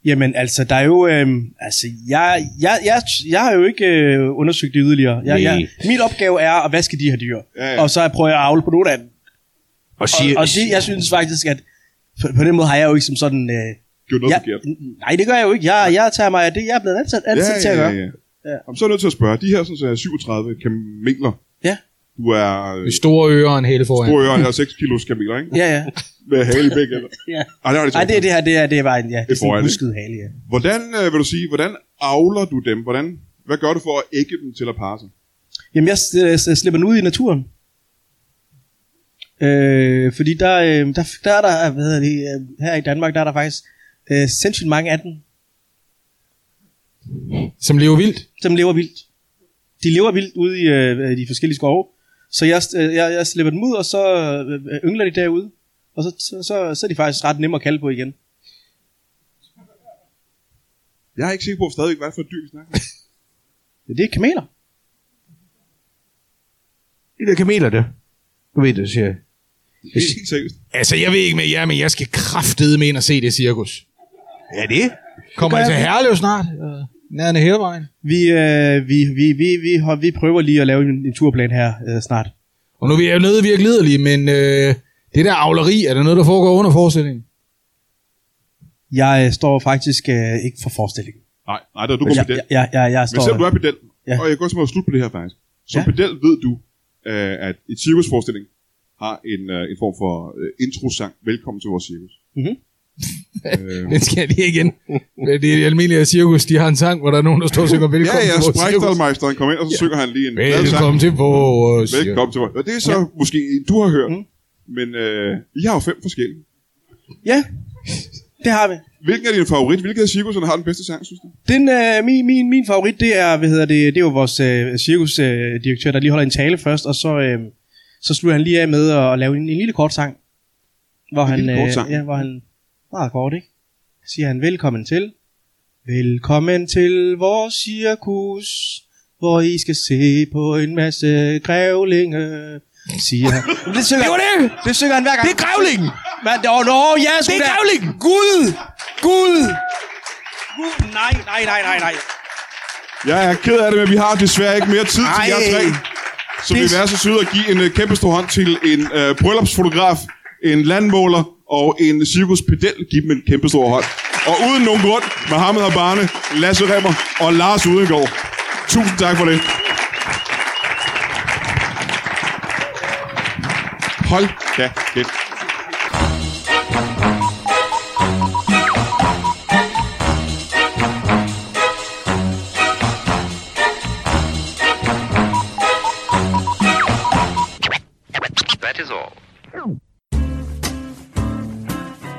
S5: Jamen altså, der er jo... Øhm, altså, jeg, jeg, jeg, jeg har jo ikke øh, undersøgt det yderligere. Jeg, jeg, min opgave er at vaske de her dyr.
S2: Ja, ja.
S5: Og så prøver jeg at avle på nogle af dem.
S3: Og,
S5: Og,
S3: siger,
S5: og det, jeg synes faktisk, at på, på den måde har jeg jo ikke som sådan... Øh,
S2: Gjorde noget
S5: jeg,
S2: forkert.
S5: n- nej, det gør jeg jo ikke. Jeg, jeg tager mig af det, jeg er blevet ansat, ansat til at gøre.
S2: ja.
S5: Ja.
S2: Jamen, så er jeg nødt til at spørge. De her sådan, så er 37 kameler.
S5: Ja.
S2: Du er øh,
S4: Med store ører og en hele foran.
S2: store ører, jeg har 6 kilos kameler, ikke?
S5: Ja, ja.
S2: Med hale i begge ender.
S5: ja.
S2: Ej, det var det,
S5: Ej, det, er det her, det er, det er bare en, ja, det er sådan
S2: foran,
S5: en
S2: ikke?
S5: husket hale, ja.
S2: Hvordan, øh, vil du sige, hvordan avler du dem? Hvordan, hvad gør du for at ægge dem til at parre sig?
S5: Jamen, jeg s- øh, s- slipper den ud i naturen. Øh, fordi der, øh, der, der er der, hvad hedder det, øh, her i Danmark, der er der faktisk øh, sindssygt mange af dem,
S4: Som lever vildt.
S5: som lever vildt. De lever vildt ude i øh, de forskellige skove. Så jeg, øh, jeg, jeg slipper dem ud, og så øh, øh, yngler de derude. Og så, så, så, så er de faktisk ret nemme at kalde på igen.
S2: Jeg er ikke sikker på stadigvæk, hvad det er for et dyr, vi snakker om.
S5: Ja, det er kameler.
S3: det der kameler der. Du ved det, siger jeg.
S2: Helt seriøst.
S4: Altså, jeg ved ikke med jer, men jeg skal kraftede med ind og se det cirkus.
S3: Er det?
S4: Kommer jeg til Herlev snart? Øh, Nærende hele vejen.
S5: Vi, øh, vi, vi, vi, vi, har- vi prøver lige at lave en, en turplan her øh, snart.
S4: Og nu er jeg jo nødt virkelig liderlig, men øh, det der avleri, er der noget, der foregår under forestillingen?
S5: Jeg øh, står faktisk øh, ikke for forestillingen.
S2: Nej, nej, der er du
S5: Jeg,
S2: kompetens.
S5: jeg, jeg, jeg, jeg
S2: Men selvom du
S5: står...
S2: er pedel, ja.
S5: Ja.
S2: og jeg går også med at slutte på det her faktisk. Som ja.
S5: Ja.
S2: pedel ved du, øh, at et cirkusforestilling har en, øh, en form for øh, introsang. Velkommen til vores cirkus.
S5: Mhm.
S2: øh,
S4: Den skal jeg lige igen. Men Det er det almindelige cirkus, de har en sang, hvor der er nogen, der står og synger
S2: ja,
S4: velkommen
S2: ja,
S4: til vores cirkus.
S2: sprægtalmeisteren kom ind, og så synger han lige en glad sang.
S4: Velkommen til vores cirkus.
S2: Velkommen til vores. Og det er så ja. måske en, du har hørt, mm. men øh, I har jo fem forskellige.
S5: Ja, det har vi.
S2: Hvilken er din favorit? Hvilken af cirkuserne har den bedste sang, synes du?
S5: Den, øh, min, min, min favorit, det er, hvad hedder det, det er jo vores øh, cirkusdirektør, øh, direktør, der lige holder en tale først, og så, øh, så slutter han lige af med at, at lave en, en lille kort sang. Hvor han,
S2: lille kort sang?
S5: Øh, ja, hvor han, meget kort, ikke? Siger han, velkommen til. Velkommen til vores cirkus, hvor I skal se på en masse grævlinge, siger han. Men det, synger, det var det! Det synger han hver gang. Det er grævlingen! Men, åh, nå, ja, det er grævlingen! Gud! Gud! Gud, nej, nej, nej, nej, nej.
S2: Jeg er ked af det, men vi har desværre ikke mere tid til
S5: Ej.
S2: jer tre. Så vi vil være så søde at give en øh, kæmpe stor hånd til en øh, bryllupsfotograf, en landmåler og en cirkuspedel. Giv dem en kæmpe stor hånd. Og uden nogen grund, Mohammed Habane, Lasse Remmer og Lars Udengård. Tusind tak for det. Hold da kæft.
S7: That is all.